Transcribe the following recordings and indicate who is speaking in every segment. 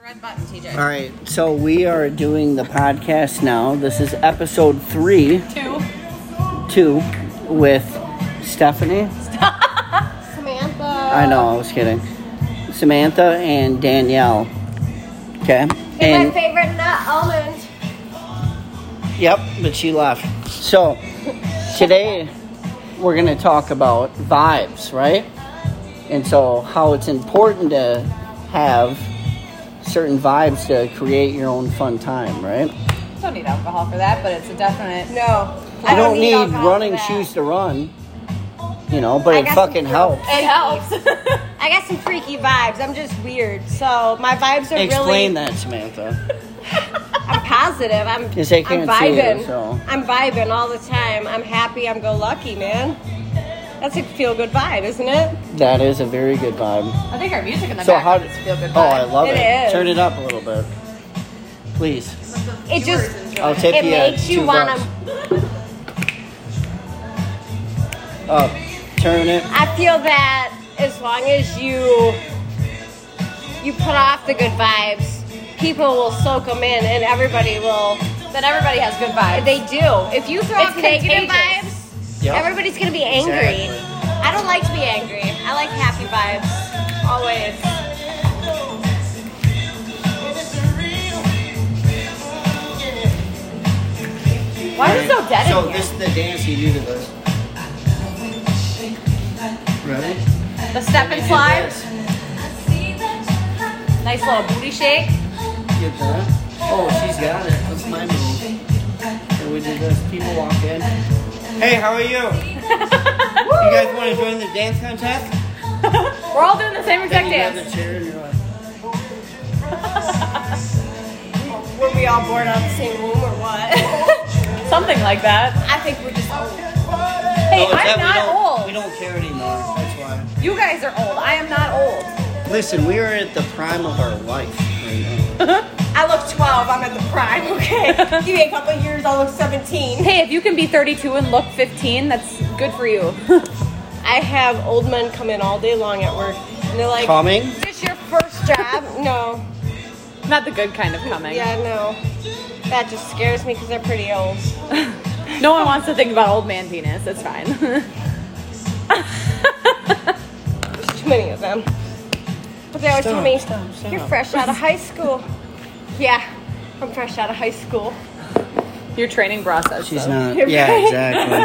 Speaker 1: red button, TJ.
Speaker 2: Uh,
Speaker 3: All right, so we are doing the podcast now. This is episode three,
Speaker 1: Two.
Speaker 3: two, with Stephanie.
Speaker 2: Samantha.
Speaker 3: I know, I was kidding. Samantha and Danielle. Okay,
Speaker 2: And
Speaker 3: and
Speaker 2: my favorite nut, almond.
Speaker 3: yep, but she left. So today we're gonna talk about vibes, right? And so how it's important to have certain vibes to create your own fun time, right?
Speaker 1: Don't need alcohol for that, but it's a definite.
Speaker 2: No.
Speaker 3: I don't, need
Speaker 2: alcohol for
Speaker 3: running
Speaker 2: that.
Speaker 3: shoes to run, you know, but
Speaker 2: I
Speaker 3: it
Speaker 2: got some
Speaker 3: fucking
Speaker 2: freaky-
Speaker 3: helps.
Speaker 1: It helps.
Speaker 2: I got some freaky vibes. I'm just weird. So my vibes are really.
Speaker 3: Explain that, Samantha.
Speaker 2: I'm positive. I'm,
Speaker 3: Yes, I can't
Speaker 2: I'm
Speaker 3: see you,
Speaker 2: vibing.
Speaker 3: so.
Speaker 2: I'm vibing all the time. I'm happy. I'm go lucky, man. That's a feel good vibe, isn't it?
Speaker 3: That is a very good vibe.
Speaker 1: I think our music in the
Speaker 3: So how?
Speaker 1: background is feel good.
Speaker 3: oh, I love it.
Speaker 2: It is.
Speaker 3: Turn it up a little bit, please.
Speaker 2: It just.
Speaker 3: I'll take
Speaker 2: It
Speaker 3: the. uh,
Speaker 2: makes you
Speaker 3: two
Speaker 2: want
Speaker 3: bucks.
Speaker 2: to.
Speaker 3: Up, turn it.
Speaker 2: I feel that as long as you you put off the good vibes, people will soak them in, and everybody will.
Speaker 1: Then everybody has good vibes.
Speaker 2: They do. If you throw
Speaker 1: It's
Speaker 2: off negative
Speaker 1: contagious.
Speaker 2: vibes,
Speaker 3: Yep.
Speaker 2: everybody's gonna be angry.
Speaker 3: Exactly.
Speaker 2: I don't like to be angry. I like happy vibes always.
Speaker 1: Why is it so dead
Speaker 3: So
Speaker 1: in here?
Speaker 3: this is the dance you do to this. Ready?
Speaker 1: the step and slide, nice little booty shake.
Speaker 3: Get that. Oh, she's got it. That's my move. And we did this. People walk in. Hey, how are you? you guys want to join the dance contest?
Speaker 1: We're all doing the same
Speaker 3: Then
Speaker 1: exact
Speaker 3: you grab the
Speaker 1: dance.
Speaker 3: chair and you're like,
Speaker 2: Were we all born on the same room or what?
Speaker 1: Something like that.
Speaker 2: I think we're just old.
Speaker 1: Hey,
Speaker 3: "No, it's Oh, that
Speaker 1: I'm
Speaker 3: we
Speaker 1: not
Speaker 3: don't-
Speaker 1: old.
Speaker 3: We don't care anymore. That's why.
Speaker 1: You guys are old. I am not old.
Speaker 3: Listen, we are at the prime of our life right now.
Speaker 2: I look 12. I'm at the prime. Okay, give me a couple of years. I'll look 17.
Speaker 1: Hey, if you can be 32 and look 15, that's good for you.
Speaker 2: I have old men come in all day long at work, and they're like,
Speaker 3: Coming?
Speaker 2: "Is this your first job?" no.
Speaker 1: not the good kind of coming.
Speaker 2: Yeah, no. That just scares me because they're pretty old.
Speaker 1: No one wants to think about old man penis. It's fine.
Speaker 2: There's too many of them. But they always
Speaker 3: Stop,
Speaker 2: tell me,
Speaker 3: stop, stop.
Speaker 2: "You're fresh out of high school." yeah, I'm fresh out of high school.
Speaker 1: Your training process.
Speaker 3: She's
Speaker 1: though.
Speaker 3: not.
Speaker 2: You're
Speaker 3: Yeah,
Speaker 2: right.
Speaker 3: exactly.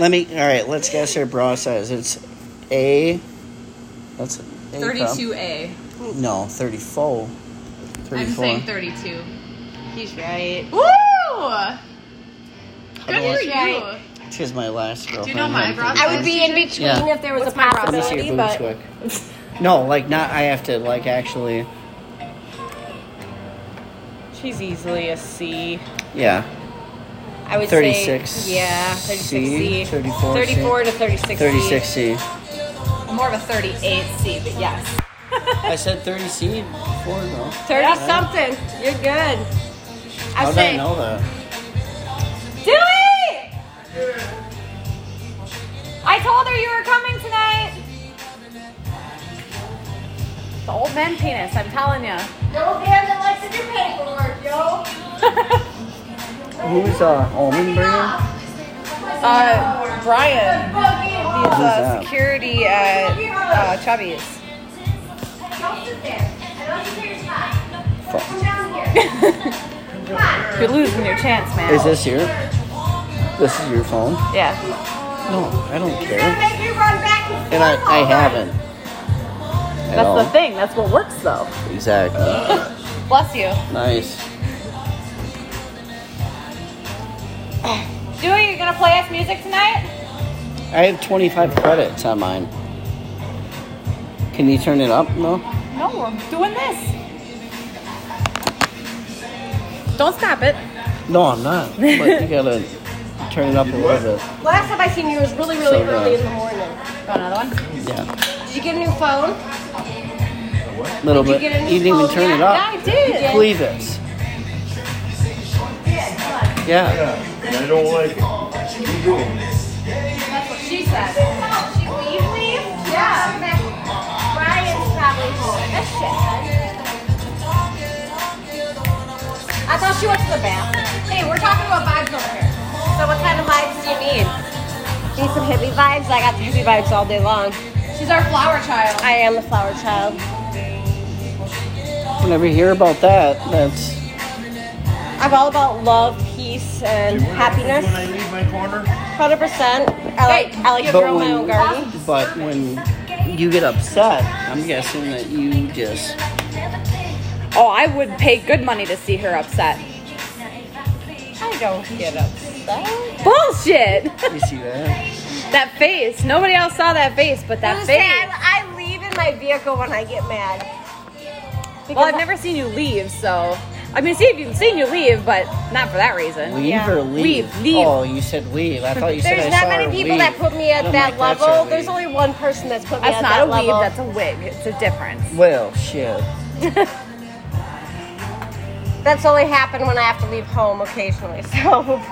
Speaker 3: Let me. All right, let's guess her bra size. It's A. That's a prob-
Speaker 1: 32A.
Speaker 3: No, 34. 34.
Speaker 1: 32.
Speaker 2: He's right.
Speaker 1: Woo!
Speaker 3: Otherwise-
Speaker 2: you.
Speaker 3: She's my last girlfriend.
Speaker 1: know my
Speaker 3: I'm
Speaker 1: bra
Speaker 3: pretty
Speaker 2: I would be in between
Speaker 3: Yeah.
Speaker 2: if there was a
Speaker 3: Let me see
Speaker 2: possibility,
Speaker 3: your boobs
Speaker 2: but
Speaker 3: quick. No, like not. I have to like actually.
Speaker 2: she's easily a C.
Speaker 3: Yeah,
Speaker 2: I would
Speaker 3: thirty-six.
Speaker 2: say, yeah, 36 C,
Speaker 3: C, thirty-four.
Speaker 2: 34
Speaker 3: C,
Speaker 2: to 36
Speaker 3: Thirty-six
Speaker 2: C.
Speaker 3: C.
Speaker 1: I'm more of a 38C, but yes.
Speaker 3: I said thirty C before though.
Speaker 2: 30 something. You're good. I
Speaker 3: How did
Speaker 2: say,
Speaker 3: I know that?
Speaker 1: Dewey! I told her you were coming tonight. The old man penis, I'm telling you.
Speaker 2: no man that likes to do paperwork, yo.
Speaker 3: Who's uh almond brand?
Speaker 1: Uh, Brian,
Speaker 2: Fucking
Speaker 3: Who's that?
Speaker 1: Uh, security at uh, Chubby's.
Speaker 3: Fuck.
Speaker 1: You're losing your chance, man.
Speaker 3: Is this your? This is your phone?
Speaker 1: Yeah.
Speaker 3: No, I don't care.
Speaker 2: make me run back and
Speaker 3: And I, I haven't. At
Speaker 1: That's the
Speaker 3: all.
Speaker 1: thing. That's what works, though.
Speaker 3: Exactly.
Speaker 1: Bless you.
Speaker 3: Nice.
Speaker 1: Dewey, you gonna play us music tonight?
Speaker 3: I have 25 credits on mine. Can you turn it up? No.
Speaker 1: No, we're doing this. Don't stop it.
Speaker 3: No, I'm not. But you gotta turn it up a little bit.
Speaker 2: Last time I seen you was really, really
Speaker 3: So bad.
Speaker 2: early in the morning.
Speaker 1: Got another one?
Speaker 3: Yeah,
Speaker 2: Did you get a new phone?
Speaker 3: a little
Speaker 2: Did you
Speaker 3: bit.
Speaker 2: get a new
Speaker 3: You didn't even
Speaker 2: phone
Speaker 3: turn
Speaker 2: yet?
Speaker 3: it up.
Speaker 1: I did.
Speaker 3: Believe this. Yeah.
Speaker 4: Yeah, and I don't like it. Keep doing this.
Speaker 1: That's what she said.
Speaker 2: Will you leave? Yeah. Brian's probably home. That's shit, I thought she went to the bathroom. Hey, we're talking about vibes over here. So what kind of vibes do you need? Need some hippie vibes? I got the hippie vibes all day long.
Speaker 1: She's our flower child.
Speaker 2: I am the flower child.
Speaker 3: Whenever you hear about that, that's
Speaker 2: I'm all about love, peace, and happiness.
Speaker 4: When I leave my corner,
Speaker 2: Hundred percent. I like I like to
Speaker 3: But
Speaker 2: grow my
Speaker 3: when-
Speaker 2: own garden.
Speaker 3: But when you get upset, I'm guessing that you just
Speaker 1: Oh, I would pay good money to see her upset.
Speaker 2: I don't get upset.
Speaker 1: Bullshit!
Speaker 3: you see that.
Speaker 1: that face. Nobody else saw that face, but that
Speaker 2: That
Speaker 1: face.
Speaker 2: I, I leave in my vehicle when I get mad.
Speaker 1: Well, I've never seen you leave, so I mean, see if you've seen you leave, but not for that reason.
Speaker 3: Leave
Speaker 2: Yeah.
Speaker 3: or leave?
Speaker 1: Leave, leave.
Speaker 3: Oh, you said leave. I thought you said
Speaker 2: There's
Speaker 3: I saw
Speaker 2: not many
Speaker 3: her
Speaker 2: people
Speaker 3: leave.
Speaker 2: that put me at
Speaker 3: I'm
Speaker 2: that
Speaker 3: like, that's
Speaker 2: level.
Speaker 3: her
Speaker 2: There's only
Speaker 3: leave.
Speaker 2: one person that's put me
Speaker 1: That's
Speaker 2: at
Speaker 1: not a
Speaker 2: that
Speaker 1: weave.
Speaker 2: level.
Speaker 1: That's a wig. It's a difference.
Speaker 3: Well, shit.
Speaker 2: That's only happened when I have to leave home occasionally. So we'll,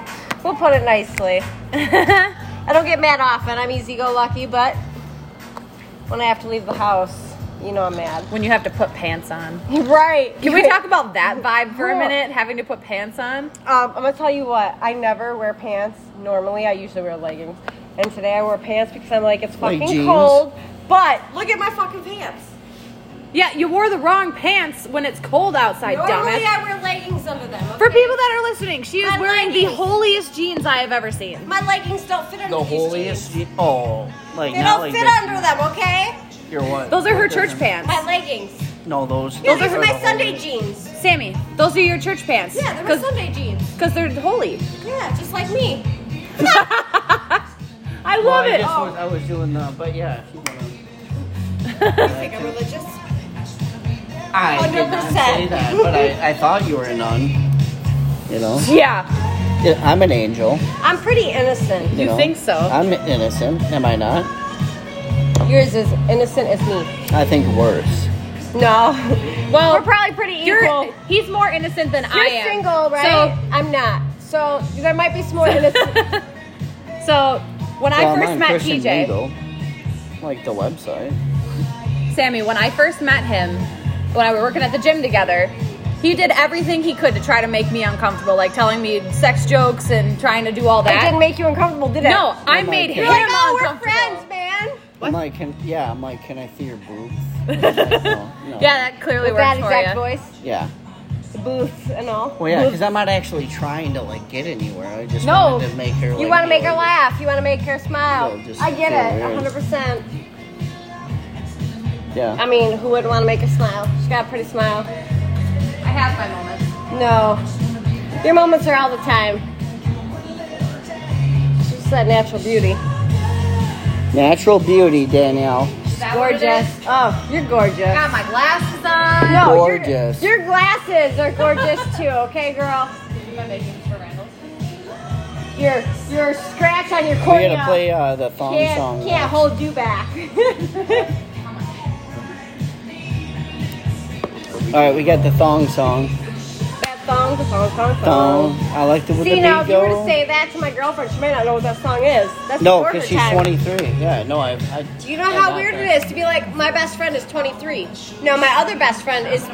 Speaker 2: we'll put it nicely. I don't get mad often. I'm easy go lucky, but when I have to leave the house, you know I'm mad.
Speaker 1: When you have to put pants on.
Speaker 2: Right.
Speaker 1: Can we talk about that vibe for a
Speaker 2: Cool.
Speaker 1: minute? Having to put pants on.
Speaker 2: Um, I'm gonna tell you what. I never wear pants normally. I usually wear leggings, and today I wore pants because I'm like it's
Speaker 3: Like
Speaker 2: fucking
Speaker 3: jeans?
Speaker 2: cold. But look at my fucking pants.
Speaker 1: Yeah, you wore the wrong pants when it's cold outside,
Speaker 2: Normally
Speaker 1: dumbass.
Speaker 2: I wear leggings under them.
Speaker 1: For
Speaker 2: okay?
Speaker 1: people that are listening, she is
Speaker 2: My
Speaker 1: wearing the
Speaker 2: leggings.
Speaker 1: holiest jeans I have ever seen.
Speaker 2: my leggings don't fit under
Speaker 3: The
Speaker 2: these jeans.
Speaker 3: holiest. Oh, like
Speaker 2: They
Speaker 3: not
Speaker 2: don't
Speaker 3: like
Speaker 2: fit
Speaker 3: this.
Speaker 2: under them. Okay.
Speaker 3: You're what?
Speaker 1: Those are her
Speaker 3: That
Speaker 1: church
Speaker 3: doesn't-
Speaker 1: pants.
Speaker 2: My leggings.
Speaker 3: No, those.
Speaker 2: Here,
Speaker 3: those
Speaker 2: these are
Speaker 3: the
Speaker 2: my
Speaker 3: holiest.
Speaker 2: Sunday jeans.
Speaker 1: Sammy, those are your church pants.
Speaker 2: Yeah, they're my
Speaker 1: Cause,
Speaker 2: Sunday jeans.
Speaker 1: 'cause they're holy.
Speaker 2: Yeah, just like me.
Speaker 1: I love
Speaker 3: Well, I
Speaker 1: it.
Speaker 3: just
Speaker 2: Oh.
Speaker 3: was, I was doing the, but yeah. if you wanna-
Speaker 2: You think I'm religious?
Speaker 3: I did not say
Speaker 2: 100%.
Speaker 3: that, but I, I thought you were a nun. You know,
Speaker 1: Yeah.
Speaker 3: Yeah, I'm an angel.
Speaker 2: I'm pretty innocent.
Speaker 3: You,
Speaker 1: You
Speaker 3: know?
Speaker 1: think so?
Speaker 3: I'm innocent, am I not?
Speaker 2: Yours is innocent as me.
Speaker 3: I think worse.
Speaker 2: No.
Speaker 1: Well,
Speaker 2: We're probably pretty equal.
Speaker 1: You're, he's more innocent than I
Speaker 2: You're
Speaker 1: am.
Speaker 2: single, right? I'm not. So there might be some more innocent.
Speaker 1: So, so when I
Speaker 3: Well,
Speaker 1: first
Speaker 3: mine,
Speaker 1: met
Speaker 3: Christian
Speaker 1: TJ,
Speaker 3: Mingle, like the website.
Speaker 1: Sammy, when I first met him, when I were working at the gym together, he did everything he could to try to make me uncomfortable, like telling me sex jokes and trying to do all
Speaker 2: it
Speaker 1: that.
Speaker 2: didn't make you uncomfortable, did it?
Speaker 1: no, I
Speaker 3: my
Speaker 1: made
Speaker 3: God.
Speaker 1: him
Speaker 3: You're like,
Speaker 2: oh, we're
Speaker 1: uncomfortable.
Speaker 2: friends, man.
Speaker 3: I'm like, can, yeah, I'm like, can I see your boobs? no, no.
Speaker 1: Yeah, that clearly
Speaker 2: With
Speaker 1: works
Speaker 2: that
Speaker 1: for you.
Speaker 2: exact voice,
Speaker 3: Yeah.
Speaker 2: the boots and all.
Speaker 3: Well, yeah, because I'm not actually trying to like get anywhere. I just
Speaker 1: No.
Speaker 3: wanted to make her. Like,
Speaker 2: You want to make her
Speaker 3: really-
Speaker 2: laugh. You want to make her smile.
Speaker 3: No, just
Speaker 2: I get it,
Speaker 3: feel weird.
Speaker 2: 100%.
Speaker 3: Yeah.
Speaker 2: I mean, who wouldn't want to make her smile? She's got a pretty smile.
Speaker 1: I have my moments.
Speaker 2: No. Your moments are all the time. She's just that natural beauty.
Speaker 3: Natural beauty, Danielle.
Speaker 1: Is that what it
Speaker 2: Gorgeous.
Speaker 1: is?
Speaker 2: Oh, you're gorgeous.
Speaker 1: Got my glasses on.
Speaker 2: Uh, No, your-
Speaker 3: Gorgeous.
Speaker 2: Your, glasses are gorgeous too, okay, girl. Your your scratch on your
Speaker 3: We're
Speaker 2: cornea
Speaker 3: gonna play uh, the thong
Speaker 2: can't,
Speaker 3: song.
Speaker 2: can't hold you back.
Speaker 3: All right, we got the thong song.
Speaker 2: that song, the song, song,
Speaker 3: Thong.
Speaker 2: song.
Speaker 3: I like the with
Speaker 2: Oh. See
Speaker 3: the
Speaker 2: now, if
Speaker 3: beat
Speaker 2: you were to
Speaker 3: go.
Speaker 2: say that to my girlfriend, she might not know what that song is. That's
Speaker 3: No,
Speaker 2: because
Speaker 3: because she's 23. Yeah, no, I. I
Speaker 2: Do you know how weird it is to be like, my best friend is 23. No, my other best friend is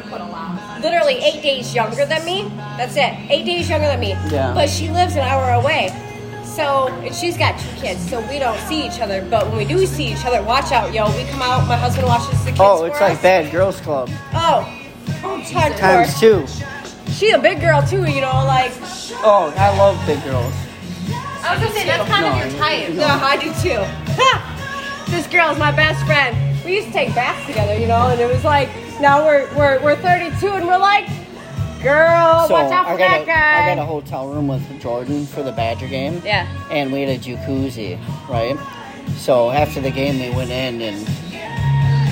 Speaker 2: literally eight days younger than me. That's it. Eight days younger than me.
Speaker 3: Yeah.
Speaker 2: But she lives an hour away. So, and she's got two kids, so we don't see each other. But when we do see each other, watch out, yo. We come out, my husband watches the kids.
Speaker 3: Oh,
Speaker 2: for
Speaker 3: it's like
Speaker 2: us.
Speaker 3: Bad Girls Club
Speaker 2: Oh. It's hardcore.
Speaker 3: times two.
Speaker 2: She a big girl too, you know, like.
Speaker 3: Oh, I love big girls.
Speaker 2: I was gonna say, that's kind
Speaker 3: of your
Speaker 2: type. No, I do too. this girl is my best friend. We used to take baths together, you know, and it was like, now we're we're, we're 32 and we're like, girl, Oh, watch out
Speaker 3: I
Speaker 2: for
Speaker 3: got,
Speaker 2: that
Speaker 3: a,
Speaker 2: guy.
Speaker 3: I got a hotel room with Jordan for the Badger game.
Speaker 1: Yeah.
Speaker 3: And we had a jacuzzi, right? So after the game, we went in and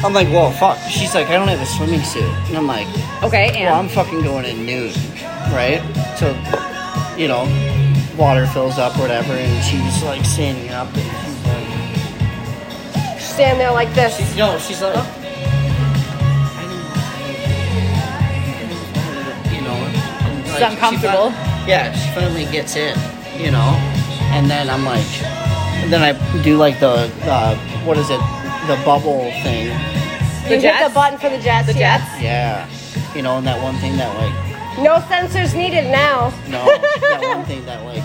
Speaker 3: I'm like, whoa, fuck. She's like, I don't have a swimming suit. And I'm like,
Speaker 1: Okay, and
Speaker 3: well, I'm fucking going in nude, right? So, you know, water fills up, whatever, and she's like standing up and she's like,
Speaker 2: Stand there like this.
Speaker 3: She's, no, she's like. You know. and, like,
Speaker 1: She's
Speaker 3: she
Speaker 1: uncomfortable.
Speaker 3: fin- yeah, she finally gets in, you know? And then I'm like. and then I do like the, uh, what is it? The bubble thing.
Speaker 2: you hit
Speaker 1: Jets?
Speaker 2: the button for the Jets.
Speaker 1: the
Speaker 2: yeah.
Speaker 1: Jets.
Speaker 3: Yeah. You know, and that one thing that like
Speaker 2: No sensors needed now.
Speaker 3: No, that one thing that like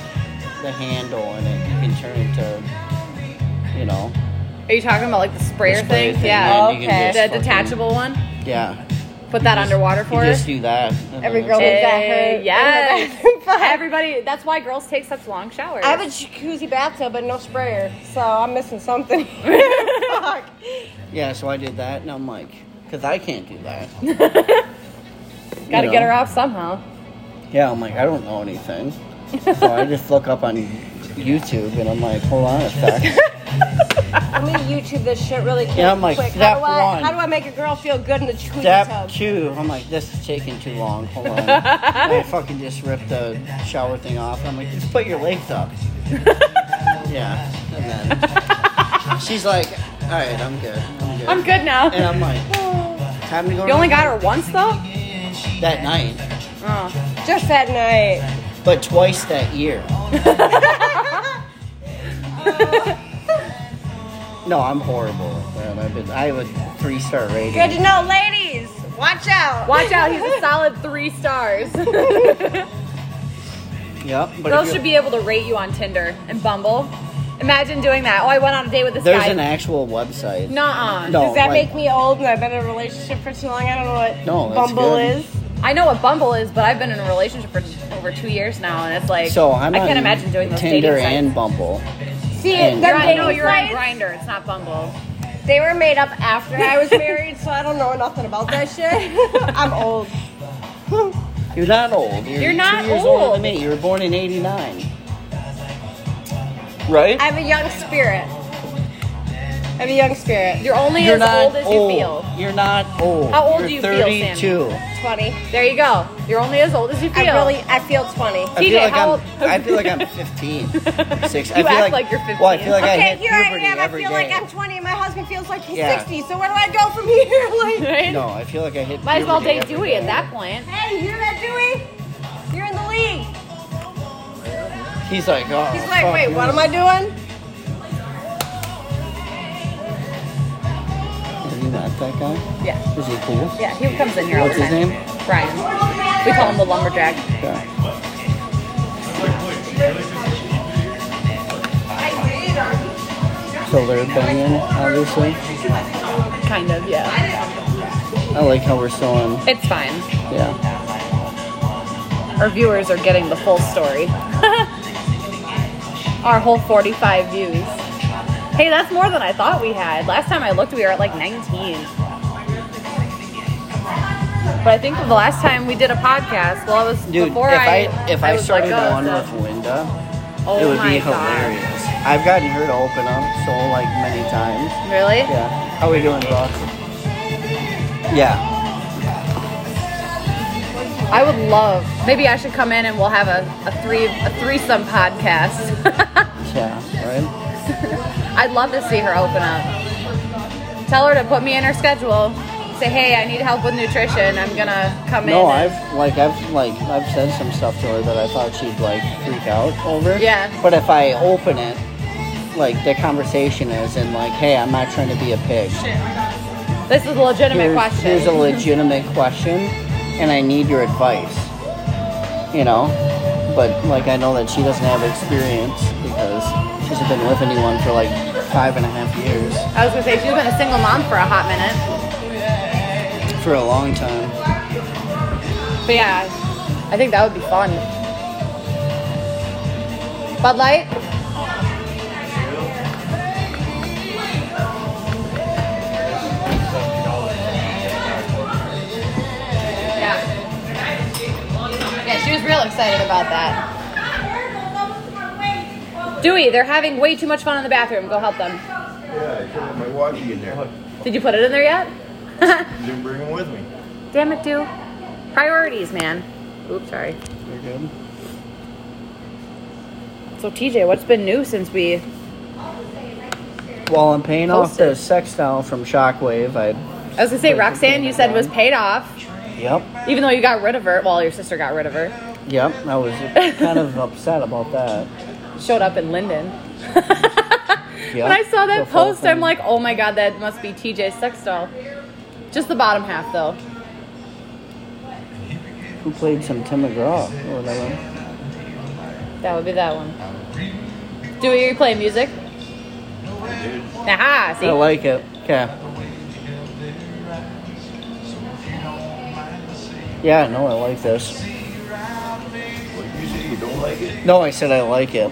Speaker 3: the handle and it you can turn into, you know,
Speaker 1: Are you talking about like the sprayer
Speaker 3: spray
Speaker 1: thing?
Speaker 3: thing,
Speaker 1: Yeah.
Speaker 3: yeah, and you can Okay.
Speaker 1: The
Speaker 3: just fucking-
Speaker 1: detachable one.
Speaker 3: yeah.
Speaker 1: Put that
Speaker 3: Just-
Speaker 1: underwater
Speaker 3: you
Speaker 1: for her.
Speaker 3: Just do that. and
Speaker 2: Every
Speaker 3: then
Speaker 2: girl
Speaker 3: it's-
Speaker 2: needs Oh, that her.
Speaker 1: yes.
Speaker 2: in her bathroom.
Speaker 1: Everybody. That's why girls take such long showers.
Speaker 2: I have a jacuzzi bathtub, but no sprayer, so I'm missing something. Fuck.
Speaker 3: Yeah, so I did that, and I'm like, because I can't do that.
Speaker 1: Got to
Speaker 3: you
Speaker 1: get
Speaker 3: know.
Speaker 1: her off somehow.
Speaker 3: Yeah, I'm like, I don't know anything. so I just look up on YouTube, and I'm like, hold on a sec.
Speaker 2: I'm gonna YouTube this shit really quick.
Speaker 3: Yeah, I'm like,
Speaker 2: quick.
Speaker 3: step
Speaker 2: how do I,
Speaker 3: one.
Speaker 2: How do I make a girl feel good in the jacuzzi
Speaker 3: Step
Speaker 2: tub?
Speaker 3: two, I'm like, this is taking too long. Hold on. And I fucking just ripped the shower thing off. and I'm like, just put your legs up. yeah. And then she's like, all right, I'm good. I'm good.
Speaker 1: I'm good now.
Speaker 3: And I'm like, time to go.
Speaker 1: You only
Speaker 3: to
Speaker 1: got her once though.
Speaker 3: bed that night,
Speaker 1: Oh.
Speaker 2: Just that night.
Speaker 3: but twice that year. No, I'm horrible. at that. I've been, I have a three star rating.
Speaker 2: Good to know, ladies. Watch out.
Speaker 1: Watch out. He's a solid three stars.
Speaker 3: Yep. But if
Speaker 1: Girls
Speaker 3: you-
Speaker 1: should be able to rate you on Tinder and Bumble. Imagine doing that. Oh, I went on a date with this
Speaker 3: There's
Speaker 1: guy.
Speaker 3: an actual website.
Speaker 1: Nuh-uh.
Speaker 3: No.
Speaker 2: Does that
Speaker 3: like-
Speaker 2: make me old and I've been in a relationship for too long? I don't know what
Speaker 3: No, that's
Speaker 2: Bumble
Speaker 3: good.
Speaker 2: is.
Speaker 1: I know what Bumble is, but I've been in a relationship for over two years now, and it's like
Speaker 3: So I'm
Speaker 1: I can't
Speaker 3: on
Speaker 1: imagine doing those
Speaker 3: Tinder
Speaker 1: dating sites.
Speaker 3: and Bumble.
Speaker 2: See,
Speaker 3: And-
Speaker 2: they're
Speaker 1: Gri-
Speaker 2: dating
Speaker 1: no, you're on
Speaker 2: sites.
Speaker 1: Grinder. It's not Bumble.
Speaker 2: They were made up after I was married, so I don't know nothing about that shit. I'm old.
Speaker 3: You're not old. You're,
Speaker 1: You're not
Speaker 3: two years older
Speaker 1: old.
Speaker 3: than me. You were born in '89. Right?
Speaker 2: I have a young spirit. I have a young spirit.
Speaker 1: You're only
Speaker 3: You're
Speaker 1: as
Speaker 3: not
Speaker 1: old as you feel.
Speaker 3: You're not old.
Speaker 1: How old
Speaker 3: You're
Speaker 1: do you
Speaker 3: 32.
Speaker 1: feel, Sammy?
Speaker 2: Twenty.
Speaker 1: There you go. You're only as old as you
Speaker 2: I
Speaker 1: feel.
Speaker 2: really, I feel twenty.
Speaker 3: I feel
Speaker 1: TJ,
Speaker 3: like
Speaker 1: how
Speaker 3: I'm.
Speaker 1: old-
Speaker 3: I feel like I'm 15. Six. I
Speaker 1: You
Speaker 3: feel
Speaker 1: act
Speaker 3: like,
Speaker 1: like you're 15.
Speaker 3: Well, I feel like I
Speaker 2: okay,
Speaker 3: hit
Speaker 2: here
Speaker 3: puberty
Speaker 2: I am. I
Speaker 3: every
Speaker 2: feel
Speaker 3: day.
Speaker 2: like I'm 20, and my husband feels like he's
Speaker 3: Yeah.
Speaker 2: 60. So where do I go from here? Like,
Speaker 3: No, I feel like I hit.
Speaker 1: Might as well
Speaker 3: puberty
Speaker 1: date
Speaker 3: every
Speaker 1: Dewey
Speaker 3: day.
Speaker 1: at that point.
Speaker 2: hey, you hear that, Dewey? You're in the league.
Speaker 3: He's like, oh.
Speaker 2: He's like,
Speaker 3: fuck
Speaker 2: wait,
Speaker 3: you."
Speaker 2: what am I doing?
Speaker 3: Is he not that guy?
Speaker 1: Yeah,
Speaker 3: Is he cool?
Speaker 1: yeah. He comes in here all
Speaker 3: What's
Speaker 1: the
Speaker 3: his
Speaker 1: time.
Speaker 3: name?
Speaker 1: Brian. We call him the lumberjack.
Speaker 3: Yeah. So they're banging, obviously.
Speaker 1: Kind of, yeah.
Speaker 3: I like how we're still on.
Speaker 1: It's fine.
Speaker 3: Yeah.
Speaker 1: Our viewers are getting the full story. Our whole 45 views. Hey, that's more than I thought we had. Last time I looked, we were at like 19. But I think the last time we did a podcast, well, it was
Speaker 3: Dude,
Speaker 1: before
Speaker 3: if
Speaker 1: I,
Speaker 3: I, if I,
Speaker 1: was "Oh,
Speaker 3: started
Speaker 1: let go,
Speaker 3: one
Speaker 1: so-
Speaker 3: with Linda,
Speaker 1: oh
Speaker 3: it would
Speaker 1: my
Speaker 3: be
Speaker 1: God.
Speaker 3: hilarious. I've gotten her to open up so like many times.
Speaker 1: Really?
Speaker 3: Yeah. How we doing, Ross? Yeah.
Speaker 1: I would love. Maybe I should come in and we'll have a, a three a threesome podcast.
Speaker 3: Yeah. Right.
Speaker 1: I'd love to see her open up. Tell her to put me in her schedule. Say, hey, I need help with nutrition. I'm gonna come
Speaker 3: No,
Speaker 1: in. and-"
Speaker 3: I've like I've like I've said some stuff to her that I thought she'd like freak out over.
Speaker 1: Yeah.
Speaker 3: But if I open it, like the conversation is in like, hey, I'm not trying to be a pig.
Speaker 1: This is a legitimate
Speaker 3: here's,
Speaker 1: question.
Speaker 3: here's a legitimate question, and I need your advice. You know, but like I know that she doesn't have experience because she hasn't been with anyone for like five and a half years
Speaker 1: I was gonna say she's been a single mom for a hot minute,
Speaker 3: for a long time.
Speaker 1: but yeah, I think that would be fun. Bud Light. Yeah. Yeah, she was real excited about that. Dewey, they're having way too much fun in the bathroom. Go help them.
Speaker 4: Yeah, I put my walkie in there.
Speaker 1: Did you put it in there yet?
Speaker 4: You didn't bring them with me.
Speaker 1: Damn it, Dew. Priorities, man. Oops, sorry.
Speaker 3: You're good.
Speaker 1: So TJ, what's been new since we?
Speaker 3: Well, I'm paying off
Speaker 1: Posted.
Speaker 3: the sex doll from Shockwave. I
Speaker 1: I was gonna say Roxanne, you said was paid off,
Speaker 3: yep,
Speaker 1: even though you got rid of her. Well, your sister got rid of her.
Speaker 3: yep. I was kind of upset about that.
Speaker 1: Showed up in Linden.
Speaker 3: Yeah,
Speaker 1: when I saw
Speaker 3: the
Speaker 1: that
Speaker 3: full
Speaker 1: post, I'm
Speaker 3: thing.
Speaker 1: like, oh my god, that must be TJ's sex doll. Just the bottom half, though.
Speaker 3: who played some Tim McGraw or whatever.
Speaker 1: That would be that one. Do we play music? Aha, see?
Speaker 3: I like it. Okay. Yeah, no, I like this.
Speaker 4: What you say you don't like it?
Speaker 3: No, I said I like it.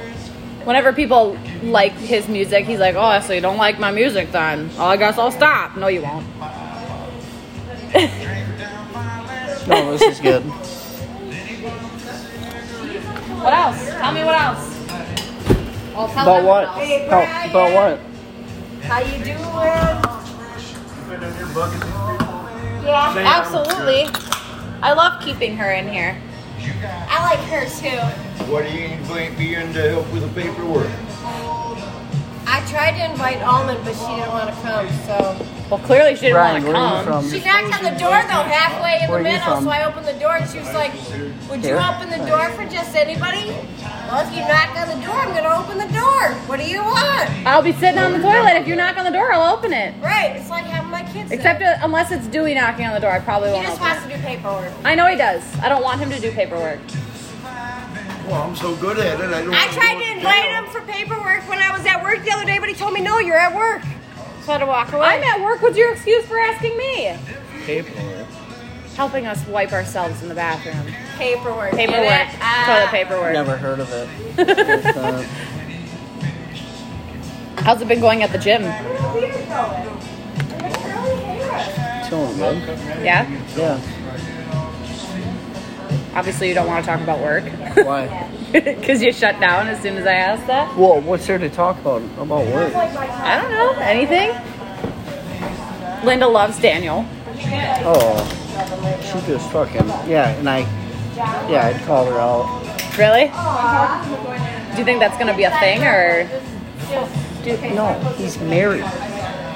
Speaker 1: Whenever people like his music, he's like, oh, so you don't like my music then? Oh, I guess I'll stop. No, you won't.
Speaker 3: No, this is good.
Speaker 1: What else? Tell me what else. Well, tell
Speaker 3: About
Speaker 1: them
Speaker 3: what?
Speaker 1: else.
Speaker 3: How, about what?
Speaker 5: How you doing? Yeah,
Speaker 1: Absolutely. I love keeping her in here.
Speaker 5: I like her too.
Speaker 4: What are you going to be in to help with the paperwork?
Speaker 5: I tried to invite Almond, but she didn't want to come, so.
Speaker 1: Well, clearly she didn't
Speaker 3: Brian, where
Speaker 1: want to
Speaker 3: are
Speaker 1: come.
Speaker 3: you from?
Speaker 5: She knocked on the door though, halfway in
Speaker 3: Where
Speaker 5: the
Speaker 3: are you
Speaker 5: middle,
Speaker 3: from?
Speaker 5: so I opened the door and she was like, Would
Speaker 3: Here?
Speaker 5: you open the door for just anybody? Well, if you knock on the door, I'm gonna open the door. What do you want?
Speaker 1: I'll be sitting on the toilet. If you knock on the door, I'll open it.
Speaker 5: Right, it's like having my kids. there.
Speaker 1: Except uh, unless it's Dewey knocking on the door, I probably
Speaker 5: He
Speaker 1: won't.
Speaker 5: just
Speaker 1: Open it.
Speaker 5: wants to do paperwork.
Speaker 1: I know he does. I don't want him to do paperwork.
Speaker 4: Well, I'm so good at it, I don't
Speaker 5: I tried to invite him for paperwork when I was at work the other day, but he told me, no, you're at work. So I had to walk
Speaker 1: I'm
Speaker 5: away.
Speaker 1: at work. What's your excuse for asking me?
Speaker 3: Paperwork.
Speaker 1: Helping us wipe ourselves in the bathroom.
Speaker 5: paperwork. get
Speaker 1: Paperwork.
Speaker 5: it? Ah.
Speaker 1: Toilet paperwork.
Speaker 3: Never heard of it. It's, uh,
Speaker 1: How's it been going at the gym?
Speaker 5: Where are the beers going? And the curly hair.
Speaker 3: chilling, man.
Speaker 1: Yeah.
Speaker 3: Yeah.
Speaker 1: Obviously, you don't want to talk about work
Speaker 3: Why?
Speaker 1: because you shut down as soon as I asked that.
Speaker 3: Well, what's there to talk about about work?
Speaker 1: I don't know anything. Linda loves Daniel.
Speaker 3: Oh, she just fucking yeah. And I, yeah, I'd call her out.
Speaker 1: Really? Do you think that's gonna be a thing or?
Speaker 3: Dude, no, he's married.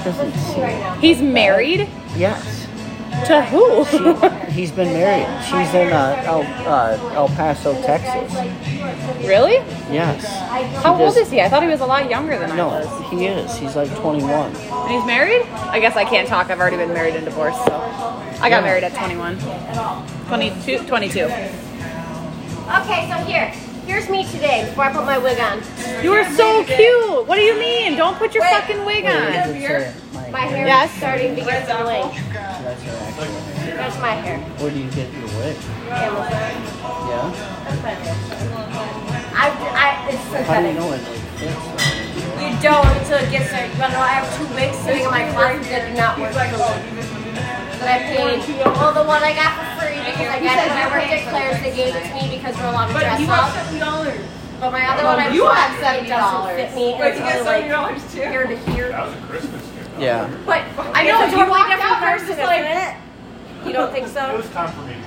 Speaker 3: Doesn't seem.
Speaker 1: He's married
Speaker 3: Yes,
Speaker 1: to who?
Speaker 3: he's been married. She's in uh, El uh, El Paso, Texas.
Speaker 1: really?
Speaker 3: Yes.
Speaker 1: How
Speaker 3: He
Speaker 1: old
Speaker 3: just-
Speaker 1: is he? I thought he was a lot younger than I
Speaker 3: No,
Speaker 1: was.
Speaker 3: he is. He's like 21.
Speaker 1: And he's married? I guess I can't talk. I've already been married and divorced, so I got married at 21. 22, 22.
Speaker 5: Okay, so here. Here's me today before I put my wig on.
Speaker 1: You are so cute. What do you mean? Don't put your
Speaker 5: Wait.
Speaker 1: fucking wig on.
Speaker 5: My hair
Speaker 1: Yes.
Speaker 5: is starting to get some length.
Speaker 3: That's her actual name.
Speaker 5: There's my hair.
Speaker 3: Where do you get your wig?
Speaker 5: Amazon.
Speaker 3: Yeah.
Speaker 5: That's my hair. I, I, it's
Speaker 3: How do you
Speaker 5: synthetic.
Speaker 3: know it? It's,
Speaker 5: You don't until it gets there. But no, I have two wigs sitting in my closet that do not work for me. That I paid. Well, the one I got for free because I got it when I worked at Claire's. They gave it to me because we're allowed to dress up.
Speaker 6: dollars.
Speaker 5: But my other one I
Speaker 6: you
Speaker 5: bought,
Speaker 6: have
Speaker 5: it doesn't fit me.
Speaker 6: But you
Speaker 5: It's only,
Speaker 6: got
Speaker 5: like
Speaker 6: seventy dollars too.
Speaker 5: here to here.
Speaker 3: yeah.
Speaker 5: But I know it's a totally different person, isn't it? You don't think so? It was time for me to go.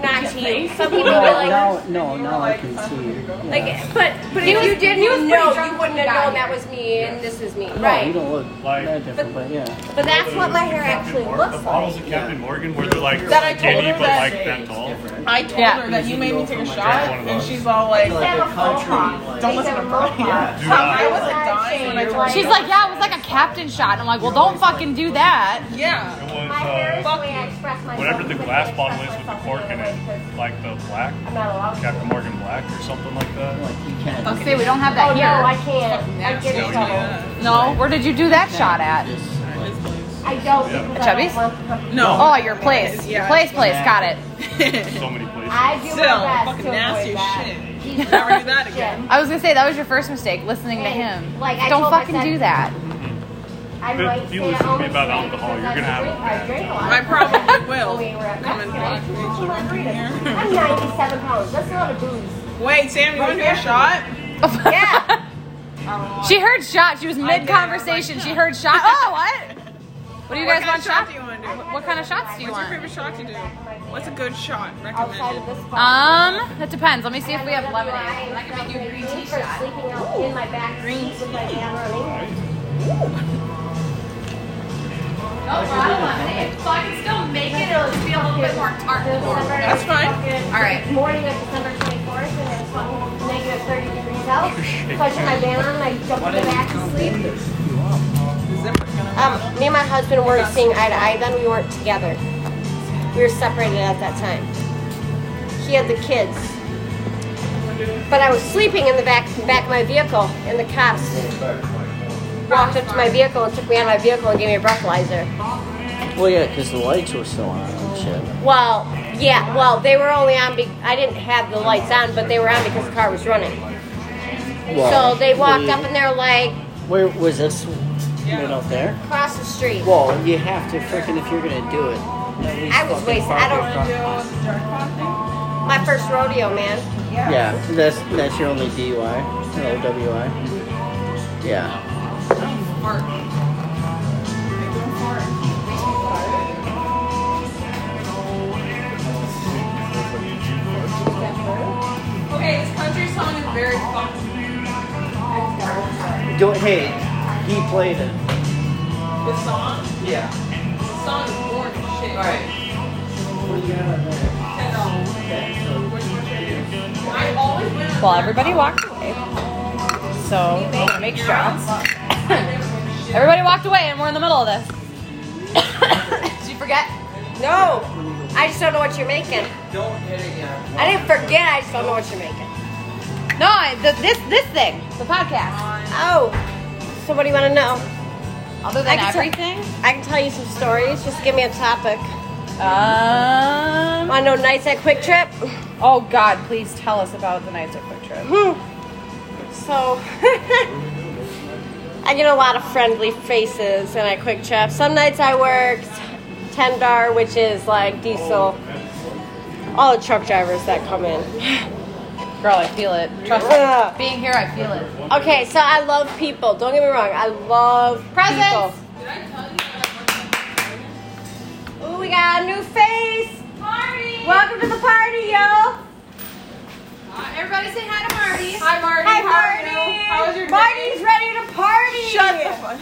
Speaker 5: Not to you. Some people
Speaker 3: No,
Speaker 5: be like,
Speaker 3: now, no, now I can see. Yeah.
Speaker 5: Like, but but if you didn't know, you wouldn't have known that was me and this is me,
Speaker 3: no, you
Speaker 5: right?
Speaker 3: don't look that different, but yeah.
Speaker 5: But that's what my hair actually looks
Speaker 7: The
Speaker 5: like.
Speaker 7: bottles of Captain Morgan where they're like
Speaker 6: That I told
Speaker 7: skinny
Speaker 6: her
Speaker 7: but
Speaker 6: that-
Speaker 7: like menthol.
Speaker 6: I told
Speaker 1: Yeah.
Speaker 6: her that you made me take a shot,
Speaker 7: one of
Speaker 6: and
Speaker 7: those.
Speaker 6: she's all like,
Speaker 5: They have a faux pas.
Speaker 6: "Don't
Speaker 5: They
Speaker 6: listen
Speaker 5: have
Speaker 6: to
Speaker 5: a
Speaker 6: her."
Speaker 5: faux pas.
Speaker 7: Do
Speaker 6: I
Speaker 7: not.
Speaker 6: was like dying when I told her.
Speaker 1: She's like, yeah, it was like a captain shot. And I'm like, well, don't fucking do that.
Speaker 6: "Yeah."
Speaker 7: It
Speaker 5: My hair is
Speaker 7: was
Speaker 5: the
Speaker 7: uh,
Speaker 5: way I express myself.
Speaker 7: whatever the
Speaker 5: is way I
Speaker 7: glass
Speaker 5: express
Speaker 7: bottle is with the
Speaker 5: myself
Speaker 7: cork in
Speaker 5: anyway, 'cause
Speaker 7: it, like the black
Speaker 5: I'm not allowed to.
Speaker 7: Captain Morgan Black or something like that.
Speaker 3: Like, you can't.
Speaker 1: Say we don't have
Speaker 5: Oh
Speaker 1: that
Speaker 5: no,
Speaker 1: here.
Speaker 5: I can't. I get in trouble.
Speaker 1: No, where did you do that shot at?
Speaker 5: I don't. because I
Speaker 1: Chubby's?
Speaker 5: don't want to-
Speaker 1: Oh,
Speaker 6: No.
Speaker 1: your place. Your
Speaker 6: Yeah.
Speaker 1: place, place. Got it.
Speaker 7: So many places.
Speaker 5: I do
Speaker 6: Still,
Speaker 5: my best
Speaker 6: fucking
Speaker 5: to
Speaker 6: nasty
Speaker 5: avoid that.
Speaker 6: shit.
Speaker 5: He's
Speaker 6: Never do that again.
Speaker 1: I was gonna say that was your first mistake, listening to
Speaker 5: And,
Speaker 1: him.
Speaker 5: like, I
Speaker 1: don't
Speaker 5: told my
Speaker 1: fucking
Speaker 5: son-
Speaker 1: do that.
Speaker 5: I
Speaker 7: If
Speaker 5: might
Speaker 7: you
Speaker 5: say
Speaker 7: listen to me
Speaker 5: only
Speaker 7: about
Speaker 5: drink
Speaker 7: alcohol,
Speaker 5: because
Speaker 7: you're
Speaker 5: I
Speaker 7: gonna have a
Speaker 5: drink- I
Speaker 7: bad
Speaker 5: drink a lot.
Speaker 6: I probably will.
Speaker 5: When we were at
Speaker 6: Come and
Speaker 5: Mexico,
Speaker 6: fuck
Speaker 5: I
Speaker 6: me.
Speaker 5: drank margaritas. I'm 97 pounds. That's not a booze.
Speaker 6: Wait, Sam, you want to do a shot?
Speaker 5: Yeah.
Speaker 1: She heard shot. She was mid conversation. She heard shot. Oh, what? What do you guys want
Speaker 6: what kind of shot
Speaker 1: shot?
Speaker 6: do you want to do?
Speaker 1: What kind of shots do you
Speaker 6: What's your
Speaker 1: want?
Speaker 6: favorite shot to do? What's a good shot
Speaker 5: Outside of
Speaker 6: recommended?
Speaker 5: this bar.
Speaker 1: Um, that depends. Let me see if we have lemonade.
Speaker 5: I can make you green tea for sleeping out in my back seat with my van running.
Speaker 1: No bottle lemonade. So I can still make it. It'll just be a little bit more tart.
Speaker 5: December-
Speaker 6: That's fine.
Speaker 1: All right.
Speaker 5: Morning of December 24th, and it was fucking negative 30 degrees out.
Speaker 6: Oh,
Speaker 5: So I took my van on and I jumped in the back to sleep. Um, me and my husband weren't seeing eye to eye then, we weren't together. We were separated at that time.
Speaker 2: she had the kids. But I was sleeping in the back back of my vehicle, and the cops walked up to my vehicle and took me out of my vehicle and gave me a breathalyzer.
Speaker 3: Well, yeah, because the lights were still on and shit.
Speaker 2: Well, yeah, well, they were only on. Be- I didn't have the lights on, but they were on because the car was running.
Speaker 3: Well,
Speaker 2: so they walked
Speaker 3: the-
Speaker 2: up and they're like,
Speaker 3: Where was this? Right up there.
Speaker 2: across the street.
Speaker 3: Well, you have to freaking if you're gonna do it. At least
Speaker 2: I was
Speaker 3: fucking
Speaker 2: wasted.
Speaker 3: park
Speaker 2: I
Speaker 3: your
Speaker 2: don't-
Speaker 3: car.
Speaker 2: My first rodeo, man.
Speaker 3: Yeah, that's that's your only DUI, or LWI.
Speaker 6: Mm-hmm.
Speaker 3: Yeah.
Speaker 6: Okay, this country song is very fun.
Speaker 3: Do hey, he played it.
Speaker 6: The song?
Speaker 3: Yeah.
Speaker 6: The song is boring as shit.
Speaker 3: Alright.
Speaker 6: I know. I always win on
Speaker 1: Well, everybody walked away. So I'll make sure. everybody walked away, and we're in the middle of this. Did you forget?
Speaker 2: No, I just don't know what you're making. I didn't forget. I just don't know what you're making.
Speaker 1: No, I, the, this this thing, the podcast.
Speaker 2: Oh, so what do you want to know?
Speaker 1: Other
Speaker 2: I can
Speaker 1: than
Speaker 2: tell-
Speaker 1: everything,
Speaker 2: I can tell you some stories. Just give me a topic.
Speaker 1: um,
Speaker 2: Want to know nights at Quick Trip?
Speaker 1: oh God, please tell us about the nights at Quick Trip.
Speaker 2: So, I get a lot of friendly faces and I Quick Trip. Some nights I worked tendar, which is like diesel. All the truck drivers that come in.
Speaker 1: Girl, I feel it. Trust
Speaker 2: Ugh.
Speaker 1: me, being here, I feel it.
Speaker 2: Okay, so I love people. Don't get me wrong. I love people.
Speaker 1: Presents.
Speaker 2: Ooh, we got a new face. Marty. Welcome to the party, yo.
Speaker 1: Everybody say hi to Marty. Hi Marty.
Speaker 2: Hi,
Speaker 6: Marty.
Speaker 2: Marty.
Speaker 6: How was your day?
Speaker 2: Marty's ready to party.
Speaker 6: Shut the fuck.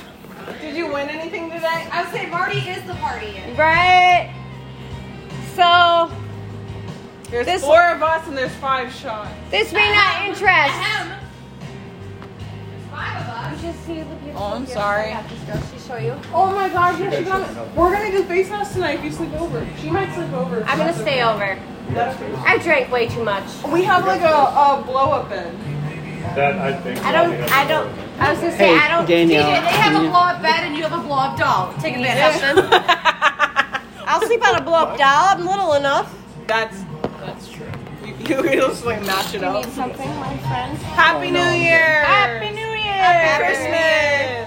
Speaker 6: Did you win anything today?
Speaker 1: I would say Marty is the party.
Speaker 2: Right. So
Speaker 6: There's
Speaker 2: This-
Speaker 6: four of us and there's five shots.
Speaker 2: this may not interest.
Speaker 6: Oh, I'm sorry.
Speaker 2: She show you.
Speaker 6: Oh my gosh, yeah, she got We're gonna do face mask tonight if you sleep over. She might sleep over.
Speaker 2: I'm gonna stay over. I drank way too much.
Speaker 6: We have like a, a blow up in.
Speaker 7: That I think.
Speaker 2: I don't. I don't. I was gonna say
Speaker 3: Hey,
Speaker 2: I don't.
Speaker 3: Danielle.
Speaker 2: DJ, they have a blow up bed and you have a blow up doll. Take advantage of them. I'll sleep on a blow up doll. I'm little enough.
Speaker 6: That's that's true. You, you just like match it up.
Speaker 2: Something, my friends.
Speaker 6: Happy New Year!
Speaker 2: Happy New Year! Happy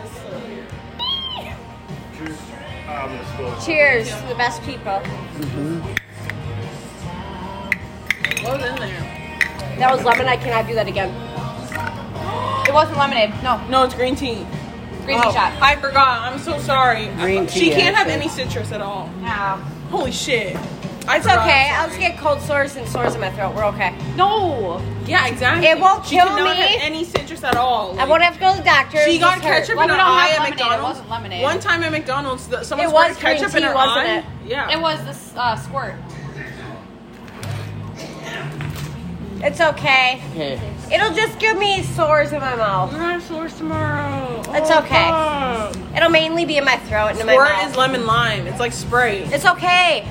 Speaker 6: Christmas!
Speaker 7: I'm gonna spill.
Speaker 2: Cheers to the best people.
Speaker 6: What was in there?
Speaker 2: That was lemon. I cannot do that again.
Speaker 1: It wasn't lemonade. No,
Speaker 6: No, it's green tea.
Speaker 1: green tea
Speaker 6: Oh,
Speaker 1: shot.
Speaker 6: I forgot. I'm so sorry.
Speaker 3: Green
Speaker 6: She
Speaker 3: tea,
Speaker 6: can't have
Speaker 3: actually.
Speaker 6: any citrus at all.
Speaker 2: No.
Speaker 6: Holy shit. I
Speaker 2: It's okay. I'll just get cold sores and sores in my throat. We're okay.
Speaker 6: No. Yeah, exactly.
Speaker 2: It won't
Speaker 6: she
Speaker 2: kill
Speaker 6: cannot
Speaker 2: me.
Speaker 6: have any citrus at all.
Speaker 2: I won't have to go to the doctor.
Speaker 6: She
Speaker 2: It
Speaker 6: got
Speaker 2: just hurt.
Speaker 6: ketchup
Speaker 1: Well,
Speaker 6: in
Speaker 1: we
Speaker 6: her
Speaker 1: don't
Speaker 6: eye
Speaker 1: have
Speaker 6: at
Speaker 1: lemonade. It
Speaker 6: McDonald's.
Speaker 1: wasn't lemonade.
Speaker 6: One time at McDonald's, the, someone
Speaker 2: It was
Speaker 6: squirted
Speaker 2: green
Speaker 6: ketchup
Speaker 2: tea,
Speaker 6: in her
Speaker 2: wasn't
Speaker 6: eye.
Speaker 2: it?
Speaker 6: Yeah.
Speaker 1: It was this uh, squirt.
Speaker 2: It's okay.
Speaker 3: Hey,
Speaker 2: It'll just give me sores in my mouth.
Speaker 6: We're gonna source tomorrow. Oh,
Speaker 2: It's okay. It'll mainly be in my throat and in my
Speaker 6: Squirt
Speaker 2: mouth.
Speaker 6: is lemon lime. It's like spray.
Speaker 2: it's okay.